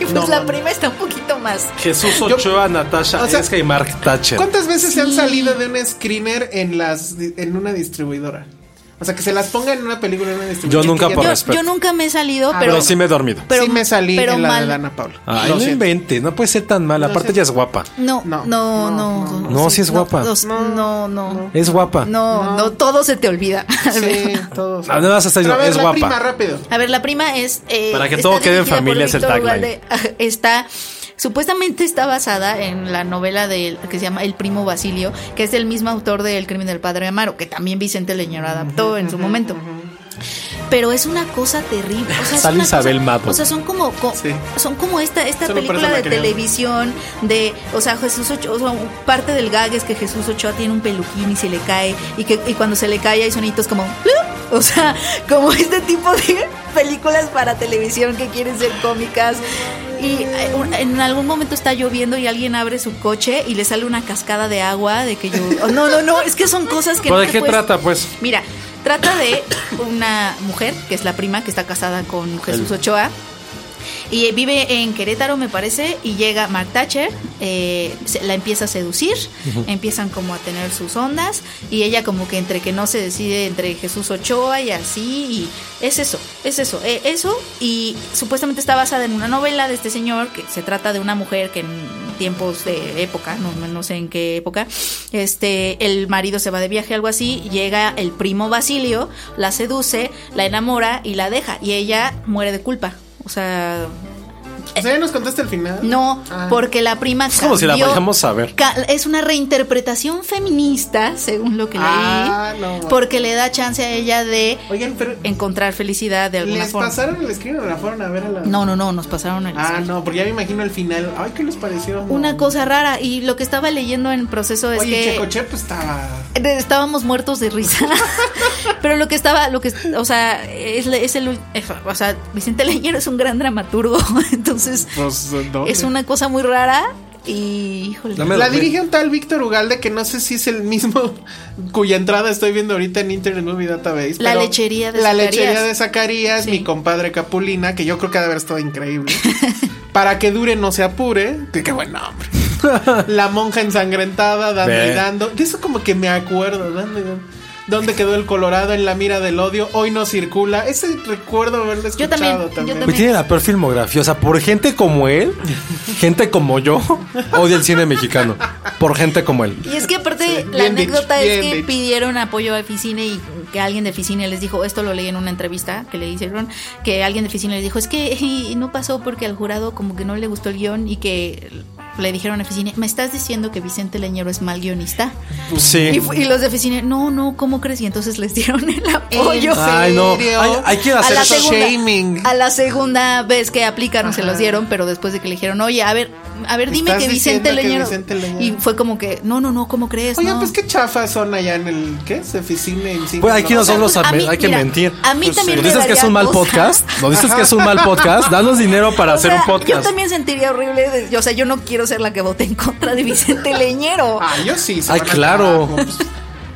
Speaker 4: Y pues
Speaker 5: No
Speaker 4: la
Speaker 5: mames.
Speaker 4: prima está un poquito más.
Speaker 3: Jesús Ochoa, Natasha
Speaker 5: O sea,
Speaker 3: Esca y Mark Thatcher.
Speaker 5: ¿Cuántas veces se han
Speaker 4: Sí.
Speaker 5: salido de un screener en las en una distribuidora? O sea, que se las ponga en una película en una distribuidora.
Speaker 3: Yo nunca
Speaker 5: Que
Speaker 3: por
Speaker 4: Yo,
Speaker 5: ya-
Speaker 3: respeto.
Speaker 4: yo nunca me he salido,
Speaker 5: Ah,
Speaker 4: pero.
Speaker 3: Pero sí me he dormido.
Speaker 4: pero-
Speaker 5: sí me salí
Speaker 4: pero
Speaker 5: en la
Speaker 4: mal.
Speaker 5: de Dana Paula.
Speaker 3: Ay,
Speaker 5: Lo
Speaker 3: no
Speaker 5: siento.
Speaker 3: inventes, no puede ser tan mala.
Speaker 5: Lo
Speaker 3: Aparte
Speaker 5: siento.
Speaker 3: ella es guapa.
Speaker 4: No, no, no.
Speaker 5: No, no,
Speaker 4: No,
Speaker 3: no. No, sí es guapa.
Speaker 4: No, no, no. No,
Speaker 3: Es guapa.
Speaker 4: no, todo se te olvida.
Speaker 5: Sí, todos.
Speaker 3: Nada más está diciendo,
Speaker 5: Pero a ver,
Speaker 3: es
Speaker 5: la
Speaker 3: guapa.
Speaker 5: prima, rápido.
Speaker 4: A ver, la prima es. eh,
Speaker 3: Para que
Speaker 4: está
Speaker 3: todo quede en
Speaker 4: dirigida por
Speaker 3: familia es el
Speaker 4: Víctor
Speaker 3: tagline.
Speaker 4: Ugalde. Está. Supuestamente está basada en la novela de, que se llama El primo Basilio, que es del mismo autor de El crimen del padre Amaro, que también Vicente Leñero adaptó en su momento. Pero es una cosa terrible. O sea, es
Speaker 3: Sale
Speaker 4: una
Speaker 3: Isabel
Speaker 4: cosa-
Speaker 3: Mato.
Speaker 4: O sea, son como, co-
Speaker 5: Sí.
Speaker 4: son como esta, esta
Speaker 5: Solo por eso
Speaker 4: película
Speaker 5: la
Speaker 4: de
Speaker 5: quería ver.
Speaker 4: televisión de, o sea, Jesús Ochoa, o sea, parte del gag es que Jesús Ochoa tiene un peluquín y se le cae, y que y cuando se le cae hay sonitos como, "Plup". o sea, como este tipo de películas para televisión que quieren ser cómicas. Y eh, un- en algún momento está lloviendo y alguien abre su coche y le sale una cascada de agua de que yo... oh, no, no, no, es que son cosas que...
Speaker 3: ¿Pero
Speaker 4: no
Speaker 3: de
Speaker 4: te
Speaker 3: qué
Speaker 4: puedes-
Speaker 3: trata, pues?
Speaker 4: Mira, trata de una mujer, que es la prima, que está casada con Jesús Ochoa. Y eh, vive en Querétaro, me parece, y llega Mark Thatcher, eh, se- la empieza a seducir, empiezan como a tener sus ondas, y ella como que entre que no se decide entre Jesús Ochoa y así, y es eso, es eso, eh, eso, y supuestamente está basada en una novela de este señor, que se trata de una mujer que en tiempos de época, no, no sé en qué época, este, el marido se va de viaje, algo así, llega el primo Basilio, la seduce, la enamora y la deja, y ella muere de culpa. O sea,
Speaker 5: O sea, ya nos contaste el final.
Speaker 4: Eh, no,
Speaker 5: Ah.
Speaker 4: porque la prima
Speaker 3: Es como si la
Speaker 4: cambió-
Speaker 3: vayamos a ver.
Speaker 4: ca- Es una reinterpretación feminista, según lo que leí,
Speaker 5: Ah, no, bueno.
Speaker 4: porque le da chance a ella de
Speaker 5: Oigan, pero
Speaker 4: encontrar felicidad de alguna
Speaker 5: ¿les
Speaker 4: forma.
Speaker 5: pasaron el screener o la fueron a ver a la
Speaker 4: No, no, no, nos pasaron el
Speaker 5: Ah, no, porque ya me imagino el final. Ay, ¿qué les pareció? No.
Speaker 4: Una cosa rara, y lo que estaba leyendo en proceso es
Speaker 5: Oye,
Speaker 4: que...
Speaker 5: Checoche pues estaba
Speaker 4: De- Estábamos muertos de risa. Pero lo que estaba, lo que, o sea, es, la- es el, ul- eh, o sea, Vicente Leñero es un gran dramaturgo, entonces
Speaker 5: pues, ¿dónde?
Speaker 4: es una cosa muy rara y, híjole.
Speaker 3: No me-
Speaker 5: La dirige un tal Víctor Ugalde que no sé si es el mismo cuya entrada estoy viendo ahorita en Internet Movie Database.
Speaker 4: La
Speaker 5: pero
Speaker 4: lechería de
Speaker 5: La
Speaker 4: Zacarías.
Speaker 5: lechería de Zacarías,
Speaker 4: Sí.
Speaker 5: mi compadre Capulina, que yo creo que ha de haber estado increíble. Para que dure, no se apure. Que qué buen nombre. La monja ensangrentada, dando y
Speaker 3: Ve.
Speaker 5: dando. De eso como que me acuerdo, dando y dando. ¿Dónde quedó el Colorado en la mira del odio? Hoy no circula. Ese recuerdo haberlo escuchado
Speaker 4: también, yo también.
Speaker 3: Güey, tiene la peor filmografía. O sea, por gente como él, gente como yo, odia el cine mexicano. Por gente como él.
Speaker 4: Y es que aparte
Speaker 5: Sí,
Speaker 4: la
Speaker 5: bien dicho,
Speaker 4: anécdota es
Speaker 5: bien
Speaker 4: que
Speaker 5: dicho.
Speaker 4: pidieron apoyo a Oficina y que alguien de Oficina les dijo, esto lo leí en una entrevista que le hicieron, que alguien de Oficina les dijo, es que eh, no pasó porque al jurado como que no le gustó el guión y que le dijeron a Ficine, ¿me estás diciendo que Vicente Leñero es mal guionista? Y,
Speaker 3: Sí.
Speaker 4: fu- y los de Ficine, no, no, ¿cómo crees? Y entonces les dieron el apoyo.
Speaker 5: ¿En
Speaker 3: Ay, no.
Speaker 5: serio?
Speaker 3: Hay, hay que
Speaker 4: A
Speaker 3: hacer
Speaker 4: la,
Speaker 3: eso.
Speaker 4: segunda,
Speaker 5: shaming.
Speaker 4: a la segunda vez que aplicaron se los dieron, pero después de que le dijeron, oye, a ver, a ver, dime
Speaker 5: ¿Estás
Speaker 4: que Vicente,
Speaker 5: diciendo que
Speaker 4: Leñero,
Speaker 5: Vicente Leñero?
Speaker 4: Y fue como que, no, no, no, ¿cómo crees?
Speaker 5: Oigan,
Speaker 4: No.
Speaker 5: pues qué chafas son allá en el. ¿Qué? Se oficina en cine,
Speaker 3: Pues aquí
Speaker 5: ¿no?
Speaker 3: nosotros
Speaker 4: A mí,
Speaker 3: hay que
Speaker 4: mira,
Speaker 3: mentir.
Speaker 4: a mí
Speaker 3: Pues,
Speaker 4: también
Speaker 3: ¿Nos
Speaker 4: me
Speaker 3: dices que es
Speaker 4: daría
Speaker 3: un mal
Speaker 4: cosa.
Speaker 3: podcast? ¿Nos dices que es un mal podcast? Danos dinero para
Speaker 4: O
Speaker 3: hacer
Speaker 4: sea,
Speaker 3: un podcast.
Speaker 4: Yo también sentiría horrible, de- yo- o sea, yo no quiero ser la que vote en contra de Vicente Leñero.
Speaker 5: Ah, yo sí. se
Speaker 3: Ay,
Speaker 5: van a
Speaker 3: claro.
Speaker 5: acabar, Pues,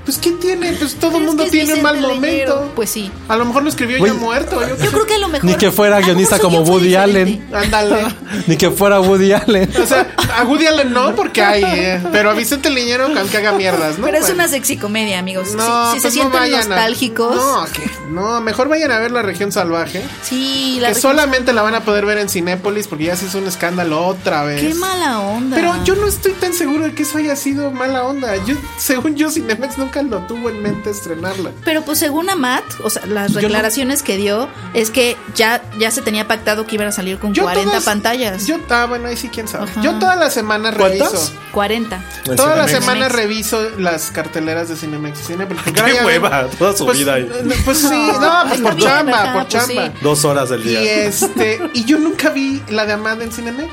Speaker 5: pues, ¿qué tiene? Pues todo
Speaker 4: Pero
Speaker 5: el
Speaker 4: es
Speaker 5: mundo
Speaker 4: que es
Speaker 5: tiene un mal
Speaker 4: Vicente Leñero.
Speaker 5: momento.
Speaker 4: Pues sí.
Speaker 5: A lo mejor lo escribió
Speaker 3: Güey.
Speaker 5: ya muerto. Yo,
Speaker 4: Yo creo que a lo mejor
Speaker 3: Ni que fuera
Speaker 4: a lo mejor
Speaker 3: guionista
Speaker 4: su
Speaker 3: como
Speaker 4: guión fue
Speaker 3: Woody
Speaker 4: diferente.
Speaker 3: Allen.
Speaker 5: Ándale.
Speaker 3: Ni que fuera Woody Allen.
Speaker 5: O sea, a Woody Allen no, porque hay, eh, pero a Vicente Leñero aunque haga mierdas, ¿no?
Speaker 4: Pero es
Speaker 5: Bueno.
Speaker 4: una sexy comedia, amigos.
Speaker 5: No,
Speaker 4: si si se
Speaker 5: pues no
Speaker 4: sienten
Speaker 5: vayan a-
Speaker 4: nostálgicos.
Speaker 5: No, que- no, mejor vayan a ver La Región Salvaje.
Speaker 4: Sí, la
Speaker 5: que
Speaker 4: región-
Speaker 5: solamente la van a poder ver en Cinépolis porque ya se hizo un escándalo otra vez.
Speaker 4: Qué mala onda.
Speaker 5: Pero yo no estoy tan seguro de que eso haya sido mala onda. Yo, según yo, Cinemex nunca lo tuvo en mente estrenarla.
Speaker 4: Pero pues según Amat, o sea, las
Speaker 5: no-
Speaker 4: declaraciones que dio es que ya, ya se tenía pactado que iban a salir con
Speaker 5: Yo
Speaker 4: 40
Speaker 5: todas-
Speaker 4: pantallas.
Speaker 5: Yo, ah, bueno, ahí sí, quién sabe.
Speaker 4: Ajá.
Speaker 5: Yo todas las semanas
Speaker 3: ¿Cuántas?
Speaker 5: reviso.
Speaker 4: 40.
Speaker 5: Todas las
Speaker 3: Cinemex.
Speaker 5: semanas
Speaker 4: Cinemex.
Speaker 5: reviso las carteleras de Cinemex. y Cinépolis, porque
Speaker 3: Qué
Speaker 5: ahora ya ven-
Speaker 3: hueva, toda su
Speaker 5: pues,
Speaker 3: vida ahí.
Speaker 5: eh, Pues sí, no, pues
Speaker 4: está
Speaker 5: por
Speaker 4: bien,
Speaker 5: chamba,
Speaker 4: ajá,
Speaker 5: por
Speaker 4: pues
Speaker 5: chamba.
Speaker 4: sí.
Speaker 3: Dos horas del
Speaker 5: Y
Speaker 3: día.
Speaker 5: este, y yo nunca vi la de Amada en Cinemex.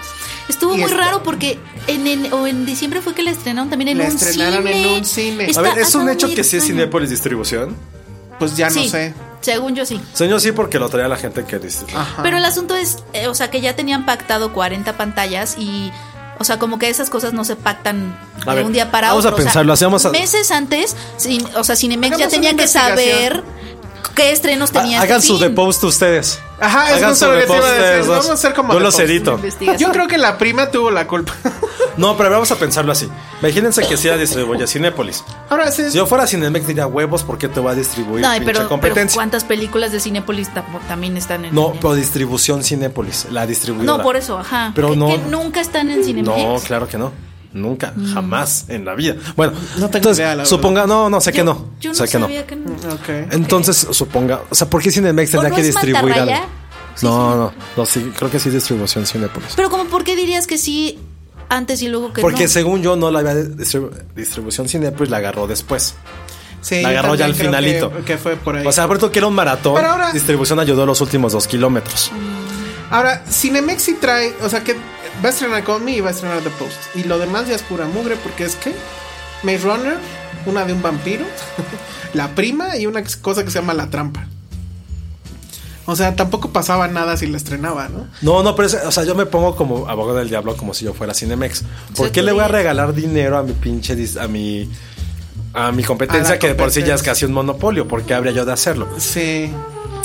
Speaker 4: Estuvo
Speaker 5: Y
Speaker 4: muy
Speaker 5: esta-
Speaker 4: raro porque en, en- o en diciembre fue que la estrenaron también en
Speaker 5: La
Speaker 4: un
Speaker 5: estrenaron
Speaker 4: cine.
Speaker 5: en un cine. A
Speaker 3: A
Speaker 4: Está-
Speaker 3: ver, es
Speaker 4: ha
Speaker 3: un
Speaker 4: estado
Speaker 3: hecho
Speaker 4: muy
Speaker 3: que sí es
Speaker 4: extraño.
Speaker 3: Cinepolis Distribución.
Speaker 5: Pues ya no
Speaker 4: Sí,
Speaker 5: sé.
Speaker 4: según yo sí.
Speaker 3: Señor, sí, porque lo traía la gente que distribuye.
Speaker 4: Pero el asunto es, eh, o sea, que ya tenían pactado 40 pantallas y, o sea, como que esas cosas no se pactan
Speaker 3: A
Speaker 4: de
Speaker 3: ver,
Speaker 4: un día para
Speaker 3: vamos a
Speaker 4: otro. O sea,
Speaker 3: pensarlo, así vamos a-
Speaker 4: Meses antes, sin- o sea, Cinemex ya
Speaker 5: Hagamos
Speaker 4: tenía
Speaker 5: una
Speaker 4: que saber
Speaker 5: investigación.
Speaker 4: qué estrenos tenía.
Speaker 3: Ha- Ah, Hagan
Speaker 4: este
Speaker 3: su
Speaker 4: fin.
Speaker 3: depost ustedes.
Speaker 5: Ajá, es
Speaker 3: Hagan
Speaker 5: justo
Speaker 3: su
Speaker 5: lo que te iba
Speaker 3: depost
Speaker 5: a decir.
Speaker 3: ustedes dos.
Speaker 5: Vamos a hacer como
Speaker 3: Yo los
Speaker 5: depost.
Speaker 3: edito.
Speaker 5: Yo creo que la prima tuvo la culpa.
Speaker 3: No, pero vamos a pensarlo así. Imagínense que sí la distribuye Cinépolis.
Speaker 5: Ahora sí.
Speaker 3: Si yo fuera Cinemex diría huevos, ¿por qué te va a distribuir
Speaker 4: No,
Speaker 3: pinche
Speaker 4: pero, pero
Speaker 3: competencia?
Speaker 4: ¿cuántas películas de Cinépolis tam- también están en
Speaker 3: no,
Speaker 4: en-
Speaker 3: pero distribución Cinépolis, la distribuidora.
Speaker 4: No, por eso, ajá.
Speaker 3: Pero
Speaker 4: que,
Speaker 3: no-
Speaker 4: que nunca están en Cinemex.
Speaker 3: No, claro que no. Nunca,
Speaker 4: Mm.
Speaker 3: jamás en la vida. Bueno,
Speaker 5: No tengo
Speaker 3: entonces,
Speaker 5: idea, la verdad.
Speaker 3: suponga, no, no, sé
Speaker 4: Yo-
Speaker 3: que no.
Speaker 4: Yo no
Speaker 3: sé que no.
Speaker 4: sabía que no.
Speaker 5: Ok.
Speaker 3: Entonces, suponga, o sea, ¿por qué Cinemex
Speaker 4: ¿O
Speaker 3: tendría
Speaker 4: no
Speaker 3: que
Speaker 4: es
Speaker 3: distribuir algo?
Speaker 4: Mantarraya? Sí,
Speaker 3: no, no, no, sí, creo que sí distribución Cinépolis.
Speaker 4: Pero como, ¿por qué dirías que sí antes y luego que
Speaker 3: Porque
Speaker 4: no?
Speaker 3: según yo no la había distribu- distribución Cinépolis la agarró después.
Speaker 5: Sí,
Speaker 3: la
Speaker 5: yo
Speaker 3: agarró ya al
Speaker 5: también creo
Speaker 3: finalito.
Speaker 5: Que, que fue por ahí.
Speaker 3: O sea, Alberto que era un maratón.
Speaker 5: Pero ahora-
Speaker 3: Distribución ayudó a los últimos dos kilómetros.
Speaker 5: Ahora, Cinemex sí trae, o sea que va a estrenar Call Me y va a estrenar The Post. Y lo demás ya es pura mugre porque es que Maze Runner, una de un vampiro, la prima y una cosa que se llama La Trampa. O sea, tampoco pasaba nada si la estrenaba, ¿no?
Speaker 3: No, no, pero es- o sea, yo me pongo como abogado del diablo como si yo fuera Cinemex. ¿Por
Speaker 4: Sí,
Speaker 3: qué
Speaker 4: tú
Speaker 3: le voy a
Speaker 4: dices.
Speaker 3: regalar dinero a mi pinche dis- a mi a mi competencia
Speaker 5: A la
Speaker 3: que de por sí ya es
Speaker 5: competencia.
Speaker 3: casi un monopolio? ¿Por qué habría yo de hacerlo?
Speaker 5: Sí.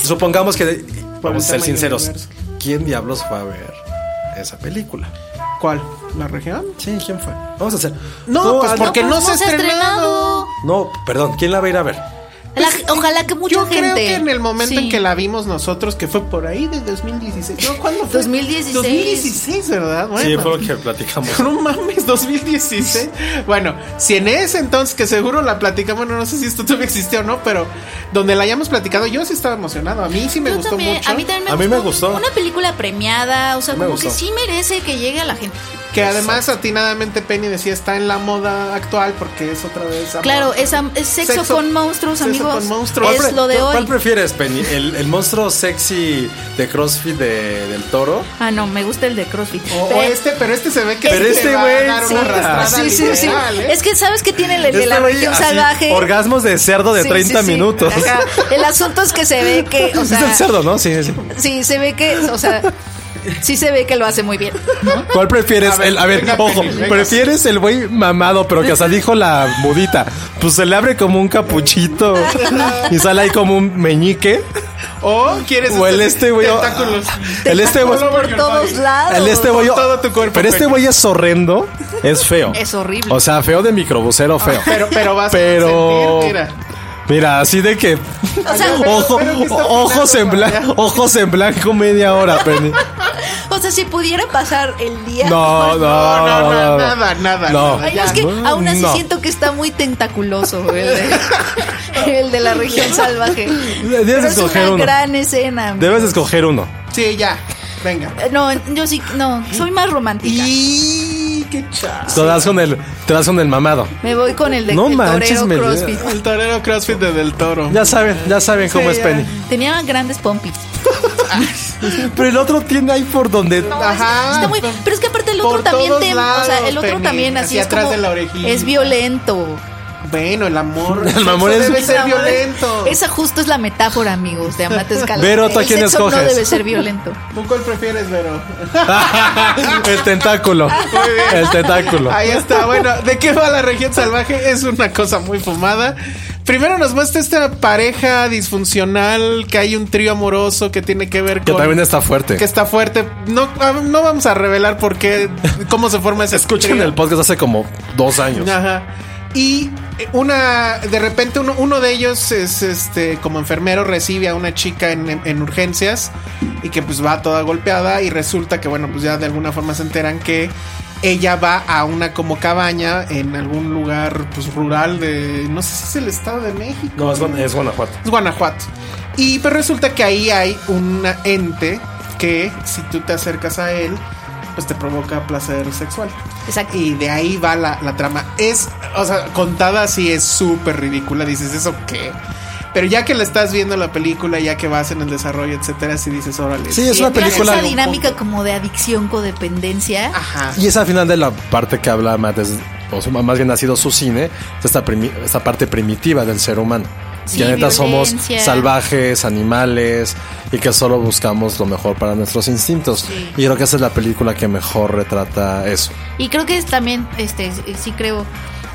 Speaker 3: Supongamos que de- vamos a
Speaker 5: tema
Speaker 3: ser
Speaker 5: del
Speaker 3: sinceros.
Speaker 5: universo.
Speaker 3: ¿Quién diablos fue a ver esa película?
Speaker 5: ¿Cuál? ¿La región?
Speaker 3: Sí, ¿quién fue? Vamos a hacer.
Speaker 5: No,
Speaker 3: Tú, ah,
Speaker 5: pues
Speaker 3: Ana-
Speaker 5: porque no,
Speaker 4: pues
Speaker 5: se ha estrenado.
Speaker 3: No, perdón, ¿quién la va a ir a ver?
Speaker 4: La- ojalá que mucha
Speaker 5: Pues, Yo
Speaker 4: gente.
Speaker 5: creo que en el momento
Speaker 4: Sí.
Speaker 5: en que la vimos nosotros, que fue por ahí de 2016. No, ¿cuándo fue?
Speaker 4: 2016.
Speaker 5: 2016, ¿verdad? Bueno.
Speaker 3: Sí, fue lo que platicamos.
Speaker 5: No mames, 2016. Bueno, si en ese entonces, que seguro la platicamos, bueno, no sé si esto todavía existe o no, pero donde la hayamos platicado, yo sí estaba emocionado. A mí sí me
Speaker 4: Yo
Speaker 5: gustó
Speaker 4: también,
Speaker 5: mucho.
Speaker 4: a mí también me,
Speaker 3: A mí me gustó.
Speaker 4: Una película premiada, o sea,
Speaker 3: Me
Speaker 4: como que
Speaker 3: gustó.
Speaker 4: sí merece que llegue a la gente.
Speaker 5: Que además, atinadamente, Penny decía está en la moda actual porque es otra vez. amor.
Speaker 4: Claro, es, am- es sexo,
Speaker 5: Sexo-
Speaker 4: con monstruos,
Speaker 5: sexo
Speaker 4: amigos.
Speaker 5: con monstruos.
Speaker 4: Es
Speaker 3: pre-
Speaker 4: lo de
Speaker 3: cuál-
Speaker 4: hoy.
Speaker 3: ¿Cuál prefieres, Penny? ¿El, el monstruo sexy de CrossFit de- del toro?
Speaker 4: Ah, no, me gusta el de CrossFit.
Speaker 5: O, o
Speaker 4: Pero-
Speaker 5: este, pero este se ve que
Speaker 3: Pero
Speaker 5: sí
Speaker 3: este
Speaker 5: le va a
Speaker 3: güey,
Speaker 5: dar
Speaker 3: sí,
Speaker 5: una arrastrada
Speaker 4: Sí, sí, sí.
Speaker 5: literal, ¿eh?
Speaker 4: Es que sabes que tiene el el de la
Speaker 3: Este güey,
Speaker 4: región
Speaker 3: así,
Speaker 4: salvaje.
Speaker 3: Orgasmos de cerdo de
Speaker 4: Sí,
Speaker 3: 30
Speaker 4: sí, sí.
Speaker 3: minutos.
Speaker 4: Ajá. El asunto es que se ve que, o
Speaker 3: es
Speaker 4: sea,
Speaker 3: el cerdo, ¿no? Sí, sí.
Speaker 4: sí se ve que, o sea, sí se ve que lo hace muy bien. ¿no?
Speaker 3: ¿Cuál prefieres?
Speaker 5: A ver,
Speaker 3: El- A ver,
Speaker 5: venga,
Speaker 3: ojo,
Speaker 5: Penny, venga.
Speaker 3: ¿prefieres el güey mamado, pero que hasta dijo la mudita? Pues se le abre como un capuchito y sale ahí como un meñique.
Speaker 5: O quieres.
Speaker 3: O el este, güey, o-
Speaker 5: Tentáculos.
Speaker 3: El este güey.
Speaker 5: All over your
Speaker 4: Por todos
Speaker 5: body.
Speaker 4: lados.
Speaker 3: El este güey.
Speaker 5: todo tu cuerpo,
Speaker 3: Pero este
Speaker 5: Penny.
Speaker 3: güey es horrendo, es feo.
Speaker 4: Es horrible. Ah,
Speaker 3: O sea, feo de microbusero, feo.
Speaker 5: Pero, pero vas
Speaker 3: Pero-
Speaker 5: a sentir, mira.
Speaker 3: Mira, así de que.
Speaker 4: O sea,
Speaker 3: Ojo,
Speaker 5: pero que está
Speaker 3: ojos, en
Speaker 5: pintando para
Speaker 3: blanco, ojos en blanco media hora, Penny.
Speaker 4: o sea, si pudiera pasar el día.
Speaker 3: No, no,
Speaker 5: no,
Speaker 3: no,
Speaker 5: no,
Speaker 3: no.
Speaker 5: nada, nada,
Speaker 3: No.
Speaker 5: nada,
Speaker 4: Ay,
Speaker 5: ya.
Speaker 4: es que
Speaker 3: no,
Speaker 4: aún así
Speaker 3: no.
Speaker 4: siento que está muy tentaculoso el de, el de la región salvaje.
Speaker 3: Debes
Speaker 4: Pero es
Speaker 3: escoger
Speaker 4: una
Speaker 3: uno.
Speaker 4: gran escena. amigo. Eh,
Speaker 3: Debes escoger uno.
Speaker 5: Sí, ya. Venga.
Speaker 4: No, yo sí, no, soy más romántica.
Speaker 5: Y Qué chas.
Speaker 3: Te das con el, te das con el mamado.
Speaker 4: Me voy con el de
Speaker 3: No
Speaker 4: el
Speaker 3: manches,
Speaker 4: torero
Speaker 3: me-
Speaker 4: CrossFit.
Speaker 5: El torero CrossFit de Del Toro.
Speaker 3: Ya saben, ya saben cómo
Speaker 5: Sí,
Speaker 3: es
Speaker 5: ya.
Speaker 3: Penny.
Speaker 4: Tenía grandes pompis.
Speaker 3: Pero el otro tiene ahí por donde.
Speaker 5: Ajá.
Speaker 4: Está muy- pero es que aparte el otro
Speaker 5: Ah, Por
Speaker 4: también
Speaker 5: todos
Speaker 4: te- o sea,
Speaker 5: lados,
Speaker 4: el otro
Speaker 5: Penny,
Speaker 4: también así
Speaker 5: hacia
Speaker 4: es
Speaker 5: atrás
Speaker 4: como-
Speaker 5: de la orejita.
Speaker 4: es violento.
Speaker 5: Bueno, el amor.
Speaker 3: El amor
Speaker 5: sexo
Speaker 3: es-
Speaker 5: debe ser
Speaker 4: El amor-
Speaker 5: violento.
Speaker 4: Esa justo es la metáfora, amigos, de Amate Escalante.
Speaker 3: Vero, ¿tú a
Speaker 4: El
Speaker 3: quién
Speaker 4: sexo No
Speaker 3: escoges?
Speaker 4: debe ser violento.
Speaker 5: ¿Tú cuál prefieres, Vero?
Speaker 3: el tentáculo. El tentáculo.
Speaker 5: Ahí está. Bueno, ¿de qué va la región salvaje? Es una cosa muy fumada. Primero nos muestra esta pareja disfuncional, que hay un trío amoroso que tiene que ver con...
Speaker 3: Que también está fuerte.
Speaker 5: Que está fuerte. No, ah, no vamos a revelar por qué, cómo se forma ese
Speaker 3: Escuchen
Speaker 5: trío.
Speaker 3: el podcast hace como dos años.
Speaker 5: Ajá. Y eh, una, de repente uno, uno de ellos es este, como enfermero, recibe a una chica en, en- en urgencias y que pues va toda golpeada y resulta que bueno, pues ya de alguna forma se enteran que ella va a una como cabaña en algún lugar pues rural de, no sé si es el Estado de México.
Speaker 3: No, es, Guan- es Guanajuato.
Speaker 5: Es Guanajuato. Y pues resulta que ahí hay un ente que si tú te acercas a él, pues te provoca placer sexual.
Speaker 4: Exacto.
Speaker 5: Y de ahí va la, la trama. Es, o sea, contada así es súper ridícula. Dices, ¿eso qué? Pero ya que la estás viendo la película, ya que vas en el desarrollo, etcétera, si dices, órale.
Speaker 3: Sí, es una
Speaker 4: Entras
Speaker 3: película.
Speaker 4: Esa dinámica como de adicción, codependencia.
Speaker 5: Ajá.
Speaker 3: Y esa final de la parte que habla Matt, es- o su- más bien ha sido su cine, es esta, primi- esta parte primitiva del ser humano.
Speaker 4: Sí,
Speaker 3: que neta somos
Speaker 4: violencia.
Speaker 3: salvajes, animales, y que solo buscamos lo mejor para nuestros instintos.
Speaker 4: Sí.
Speaker 3: Y creo que esa es la película que mejor retrata eso.
Speaker 4: Y creo que es también, este, sí creo,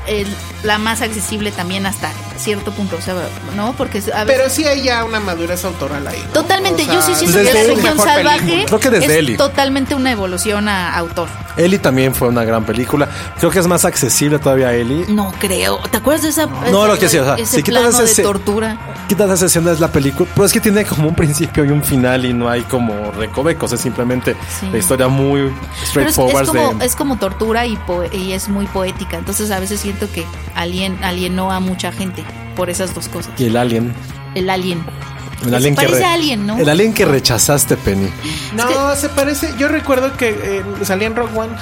Speaker 4: el- la más accesible también hasta cierto punto. O sea, ¿no? Porque a veces.
Speaker 5: Pero sí hay ya una madurez autoral ahí. ¿no?
Speaker 4: Totalmente,
Speaker 5: O sea, pues
Speaker 4: yo sí siento
Speaker 3: desde
Speaker 4: que la
Speaker 3: Eli.
Speaker 4: región
Speaker 5: Mejor
Speaker 4: salvaje
Speaker 5: película.
Speaker 3: Creo que desde
Speaker 4: es
Speaker 3: Eli.
Speaker 4: totalmente una evolución a autor.
Speaker 3: Eli también fue una gran película. Creo que es más accesible todavía a Eli.
Speaker 4: No creo. ¿Te acuerdas de esa?
Speaker 3: No,
Speaker 4: ese-
Speaker 3: lo que sí, o sea,
Speaker 4: ese
Speaker 3: si quitas
Speaker 4: plano
Speaker 3: ese-
Speaker 4: de tortura.
Speaker 3: Quitas esa escena es la película, pero es que tiene como un principio y un final y no hay como recovecos, es simplemente
Speaker 4: Sí.
Speaker 3: la historia muy
Speaker 4: Pero es, es
Speaker 3: straightforward
Speaker 4: como,
Speaker 3: de...
Speaker 4: es como tortura y, po- y es muy poética. Entonces a veces siento que alien, alienó a mucha gente por esas dos cosas.
Speaker 3: Y el alien.
Speaker 4: El alien.
Speaker 3: El alien que
Speaker 4: parece
Speaker 3: re-
Speaker 4: a alien, ¿no?
Speaker 3: El alien que rechazaste, Penny.
Speaker 5: No, se parece. Yo recuerdo que eh, salía en Rock One.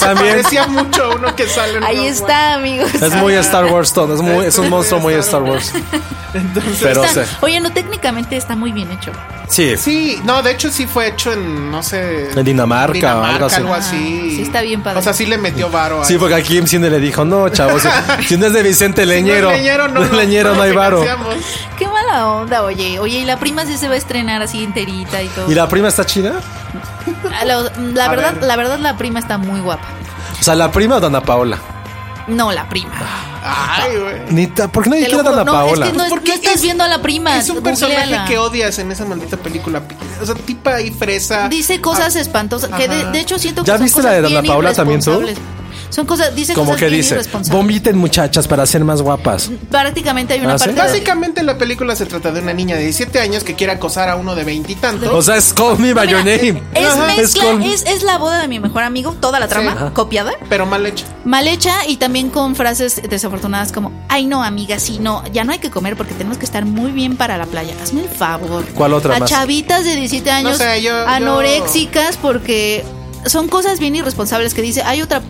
Speaker 3: También
Speaker 5: Parecía mucho a uno que sale en
Speaker 4: Ahí
Speaker 5: Rogue
Speaker 4: está, amigos.
Speaker 3: es muy Star Wars todo, es, muy- es un monstruo muy Star Wars. pero
Speaker 4: Está-
Speaker 3: sí.
Speaker 4: Oye, no, técnicamente está muy bien hecho.
Speaker 3: Sí,
Speaker 5: Sí, no, de hecho sí fue hecho en, no sé.
Speaker 3: En Dinamarca, algo así.
Speaker 5: algo
Speaker 4: Ah,
Speaker 5: así.
Speaker 4: sí está bien padre.
Speaker 5: O sea, sí le metió varo. a
Speaker 3: sí, porque aquí en cine le dijo, no, chavos, si no es de Vicente Leñero,
Speaker 5: Si no es leñero, no,
Speaker 3: no es leñero, no hay
Speaker 5: lo
Speaker 3: varo.
Speaker 5: financiamos.
Speaker 4: Qué mala onda, oye. Oye, y la prima sí se va a estrenar así enterita y todo.
Speaker 3: ¿Y la prima está chida?
Speaker 4: Ah, La, la
Speaker 5: A
Speaker 4: verdad,
Speaker 5: ver.
Speaker 4: la verdad, la prima está muy guapa.
Speaker 3: O sea, la prima o Dana Paola.
Speaker 4: No, la prima.
Speaker 5: Ay, güey.
Speaker 3: Nita, ¿por Ah, qué nadie
Speaker 4: Te lo
Speaker 3: quiere a
Speaker 4: juro,
Speaker 3: Dana
Speaker 4: no, es
Speaker 3: Paola?
Speaker 4: que no,
Speaker 5: ¿Por qué
Speaker 4: no estás
Speaker 5: Pues, es-
Speaker 4: viendo a la prima.
Speaker 5: Es un personaje
Speaker 4: googléala.
Speaker 5: que odias en esa maldita película. O sea, tipa ahí fresa. Ah,
Speaker 4: Dice cosas espantosas. Que de,
Speaker 5: Ajá.
Speaker 4: de hecho siento que
Speaker 3: ¿Ya
Speaker 4: son
Speaker 3: viste la de
Speaker 4: cosas
Speaker 3: Dana
Speaker 4: bien
Speaker 3: Paula también, tú?
Speaker 4: irresponsables. Son cosas, dice
Speaker 3: Como
Speaker 4: cosas
Speaker 3: que
Speaker 4: bien
Speaker 3: dice,
Speaker 4: irresponsables.
Speaker 3: vomiten muchachas para ser más guapas.
Speaker 4: Prácticamente hay una
Speaker 3: ¿Ah, sí?
Speaker 4: parte. de-
Speaker 5: Básicamente la película se trata de una niña de 17 años que quiere acosar a uno de veintitantos.
Speaker 3: O sea, es Call Me By Your Name.
Speaker 4: Es
Speaker 3: Ajá.
Speaker 4: mezcla,
Speaker 3: Call Me-
Speaker 4: es, es la boda de mi mejor amigo, toda la trama
Speaker 5: Ajá.
Speaker 4: copiada,
Speaker 5: Pero mal hecha.
Speaker 4: mal hecha y también con frases desafortunadas como, ay no amiga, sí, no, ya no hay que comer porque tenemos que estar muy bien para la playa, hazme el favor.
Speaker 3: ¿Cuál otra
Speaker 4: A
Speaker 3: más?
Speaker 4: chavitas de 17 años
Speaker 5: sé, yo- yo-
Speaker 4: anoréxicas porque son cosas bien irresponsables que dice, hay otra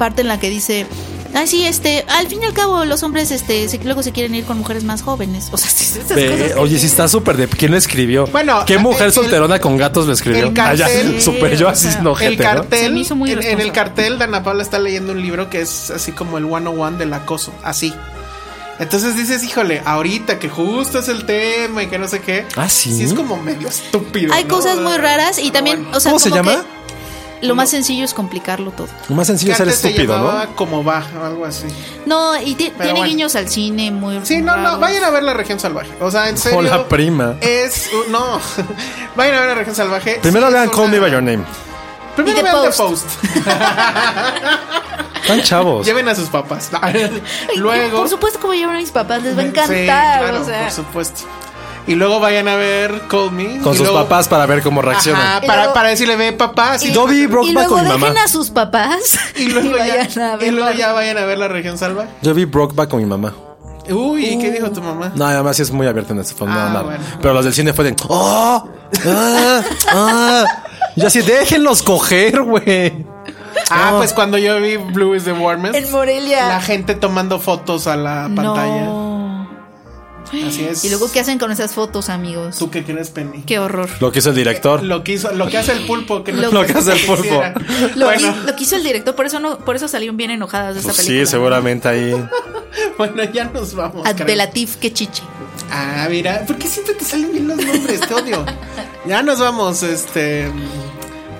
Speaker 4: parte en la que dice... Ay, sí, este, al fin y al cabo los hombres este, se- luego se quieren ir con mujeres más jóvenes. O sea, sí, esas
Speaker 3: Ve,
Speaker 4: cosas que-
Speaker 3: oye, sí está súper de. ¿Quién lo escribió?
Speaker 5: Bueno,
Speaker 3: ¿Qué
Speaker 5: el-
Speaker 3: mujer
Speaker 5: el-
Speaker 3: solterona con gatos lo escribió?
Speaker 5: el cartel-
Speaker 3: Ah, ya, súper yo
Speaker 4: o
Speaker 3: así
Speaker 4: sea,
Speaker 3: no
Speaker 5: El
Speaker 3: gente, ¿no?
Speaker 4: Se
Speaker 5: cartel,
Speaker 4: me hizo muy
Speaker 5: en, en el
Speaker 4: irresponsable.
Speaker 5: cartel, Dana Paula está leyendo un libro que es así como el 101 del acoso, así. Entonces dices, híjole, ahorita que justo es el tema y que no sé qué.
Speaker 3: Ah, ¿sí?
Speaker 5: es como medio estúpido.
Speaker 4: Hay
Speaker 5: ¿no?
Speaker 4: cosas muy raras y también, o sea,
Speaker 3: ¿Cómo se
Speaker 4: como
Speaker 3: llama?
Speaker 4: que Lo más sencillo es complicarlo todo.
Speaker 3: Lo más sencillo es ser
Speaker 5: antes se
Speaker 3: estúpido, ¿no?
Speaker 5: llamaba Como va, o algo así.
Speaker 4: No, y ti- tiene
Speaker 5: bueno.
Speaker 4: guiños al cine muy
Speaker 5: Sí, no, no,
Speaker 4: raros.
Speaker 5: vayan a ver La Región Salvaje. O sea, en serio.
Speaker 3: O la prima.
Speaker 5: Es. uh, No. vayan a ver La Región Salvaje.
Speaker 3: Primero
Speaker 5: Sí,
Speaker 3: vean
Speaker 5: es
Speaker 3: Call Me
Speaker 5: una-
Speaker 3: By Your Name.
Speaker 5: Primero
Speaker 4: Y The
Speaker 5: vean The
Speaker 4: Post.
Speaker 5: Post.
Speaker 3: Están chavos.
Speaker 5: Lleven a sus papás.
Speaker 4: Ay,
Speaker 5: Luego.
Speaker 4: Por supuesto, como llevan a mis papás, les va a
Speaker 5: Sí,
Speaker 4: encantar.
Speaker 5: claro,
Speaker 4: o sea.
Speaker 5: por supuesto. Y luego vayan a ver Call Me.
Speaker 3: Con
Speaker 5: y
Speaker 3: sus
Speaker 5: luego-
Speaker 3: papás para ver cómo reaccionan.
Speaker 5: Ajá, para,
Speaker 4: luego-
Speaker 5: para decirle, ve papá. sí,
Speaker 3: Yo vi
Speaker 4: y
Speaker 3: Brokeback
Speaker 4: luego
Speaker 3: con mi
Speaker 4: dejen
Speaker 3: mamá.
Speaker 4: a sus papás
Speaker 5: Y luego,
Speaker 4: vayan
Speaker 5: ya,
Speaker 4: a
Speaker 5: y luego
Speaker 4: verlo.
Speaker 5: ya vayan a ver La Región Salvaje.
Speaker 3: Yo vi Brokeback con mi mamá.
Speaker 5: Uy, ¿qué dijo tu mamá?
Speaker 3: No, además sí es muy abierta en este fondo.
Speaker 5: Ah,
Speaker 3: nada.
Speaker 5: bueno.
Speaker 3: Pero los del cine fue de. ¡Oh! ¡Ah! ¡Ah! Yo así, déjenlos coger, güey.
Speaker 5: Ah, pues cuando yo vi Blue is the Warmest.
Speaker 4: En Morelia.
Speaker 5: La gente tomando fotos a la pantalla.
Speaker 4: No.
Speaker 5: Así es.
Speaker 4: ¿Y luego qué hacen con esas fotos, amigos?
Speaker 5: ¿Tú qué crees, Penny?
Speaker 4: Qué horror.
Speaker 3: Lo que hizo el director.
Speaker 5: Lo que hizo, lo que hace el pulpo, que no
Speaker 4: Lo
Speaker 3: que hace el pulpo.
Speaker 5: quisiera.
Speaker 4: Lo,
Speaker 5: bueno,
Speaker 4: qui- lo quiso el director, por eso no, por eso salieron bien enojadas de esta
Speaker 3: Pues
Speaker 4: película.
Speaker 3: sí, seguramente ahí.
Speaker 5: bueno, ya nos vamos.
Speaker 4: Ah,
Speaker 5: caray.
Speaker 4: Adelatif que chiche.
Speaker 5: Ah, mira, ¿por qué siempre te salen bien los nombres? Te odio. Ya nos vamos, este.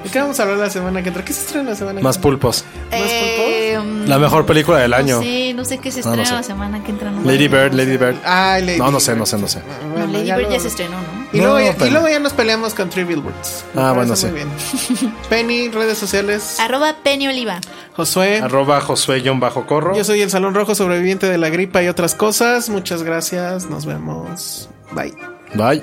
Speaker 5: ¿De qué vamos a hablar la semana que entra? ¿Qué se estrena la semana
Speaker 3: Más
Speaker 5: que entra?
Speaker 3: pulpos.
Speaker 4: Eh, mm,
Speaker 3: La mejor película del año.
Speaker 4: No sé, no sé qué se
Speaker 3: No, no
Speaker 4: estrena
Speaker 3: sé.
Speaker 4: la semana que entra. no
Speaker 3: Lady
Speaker 4: sé.
Speaker 3: Bird, Lady Bird.
Speaker 5: Ay, Lady
Speaker 3: No, no sé,
Speaker 5: Bird. Ah,
Speaker 3: no sé, no sé.
Speaker 4: No,
Speaker 5: Bueno,
Speaker 4: Lady
Speaker 5: ya
Speaker 4: Bird
Speaker 5: lo-
Speaker 4: ya se estrenó, ¿no?
Speaker 5: Y luego,
Speaker 3: No,
Speaker 5: ya, y
Speaker 3: pero-
Speaker 5: luego ya nos peleamos con Trivial Words. Me
Speaker 3: Ah, bueno,
Speaker 5: parece
Speaker 3: sí.
Speaker 5: muy bien. Penny, redes sociales.
Speaker 4: Arroba Penny Oliva.
Speaker 5: Josué.
Speaker 3: Arroba Josué-Corro.
Speaker 5: Yo soy el Salón Rojo, sobreviviente de la gripa y otras cosas. Muchas gracias. Nos vemos. Bye.
Speaker 3: Bye.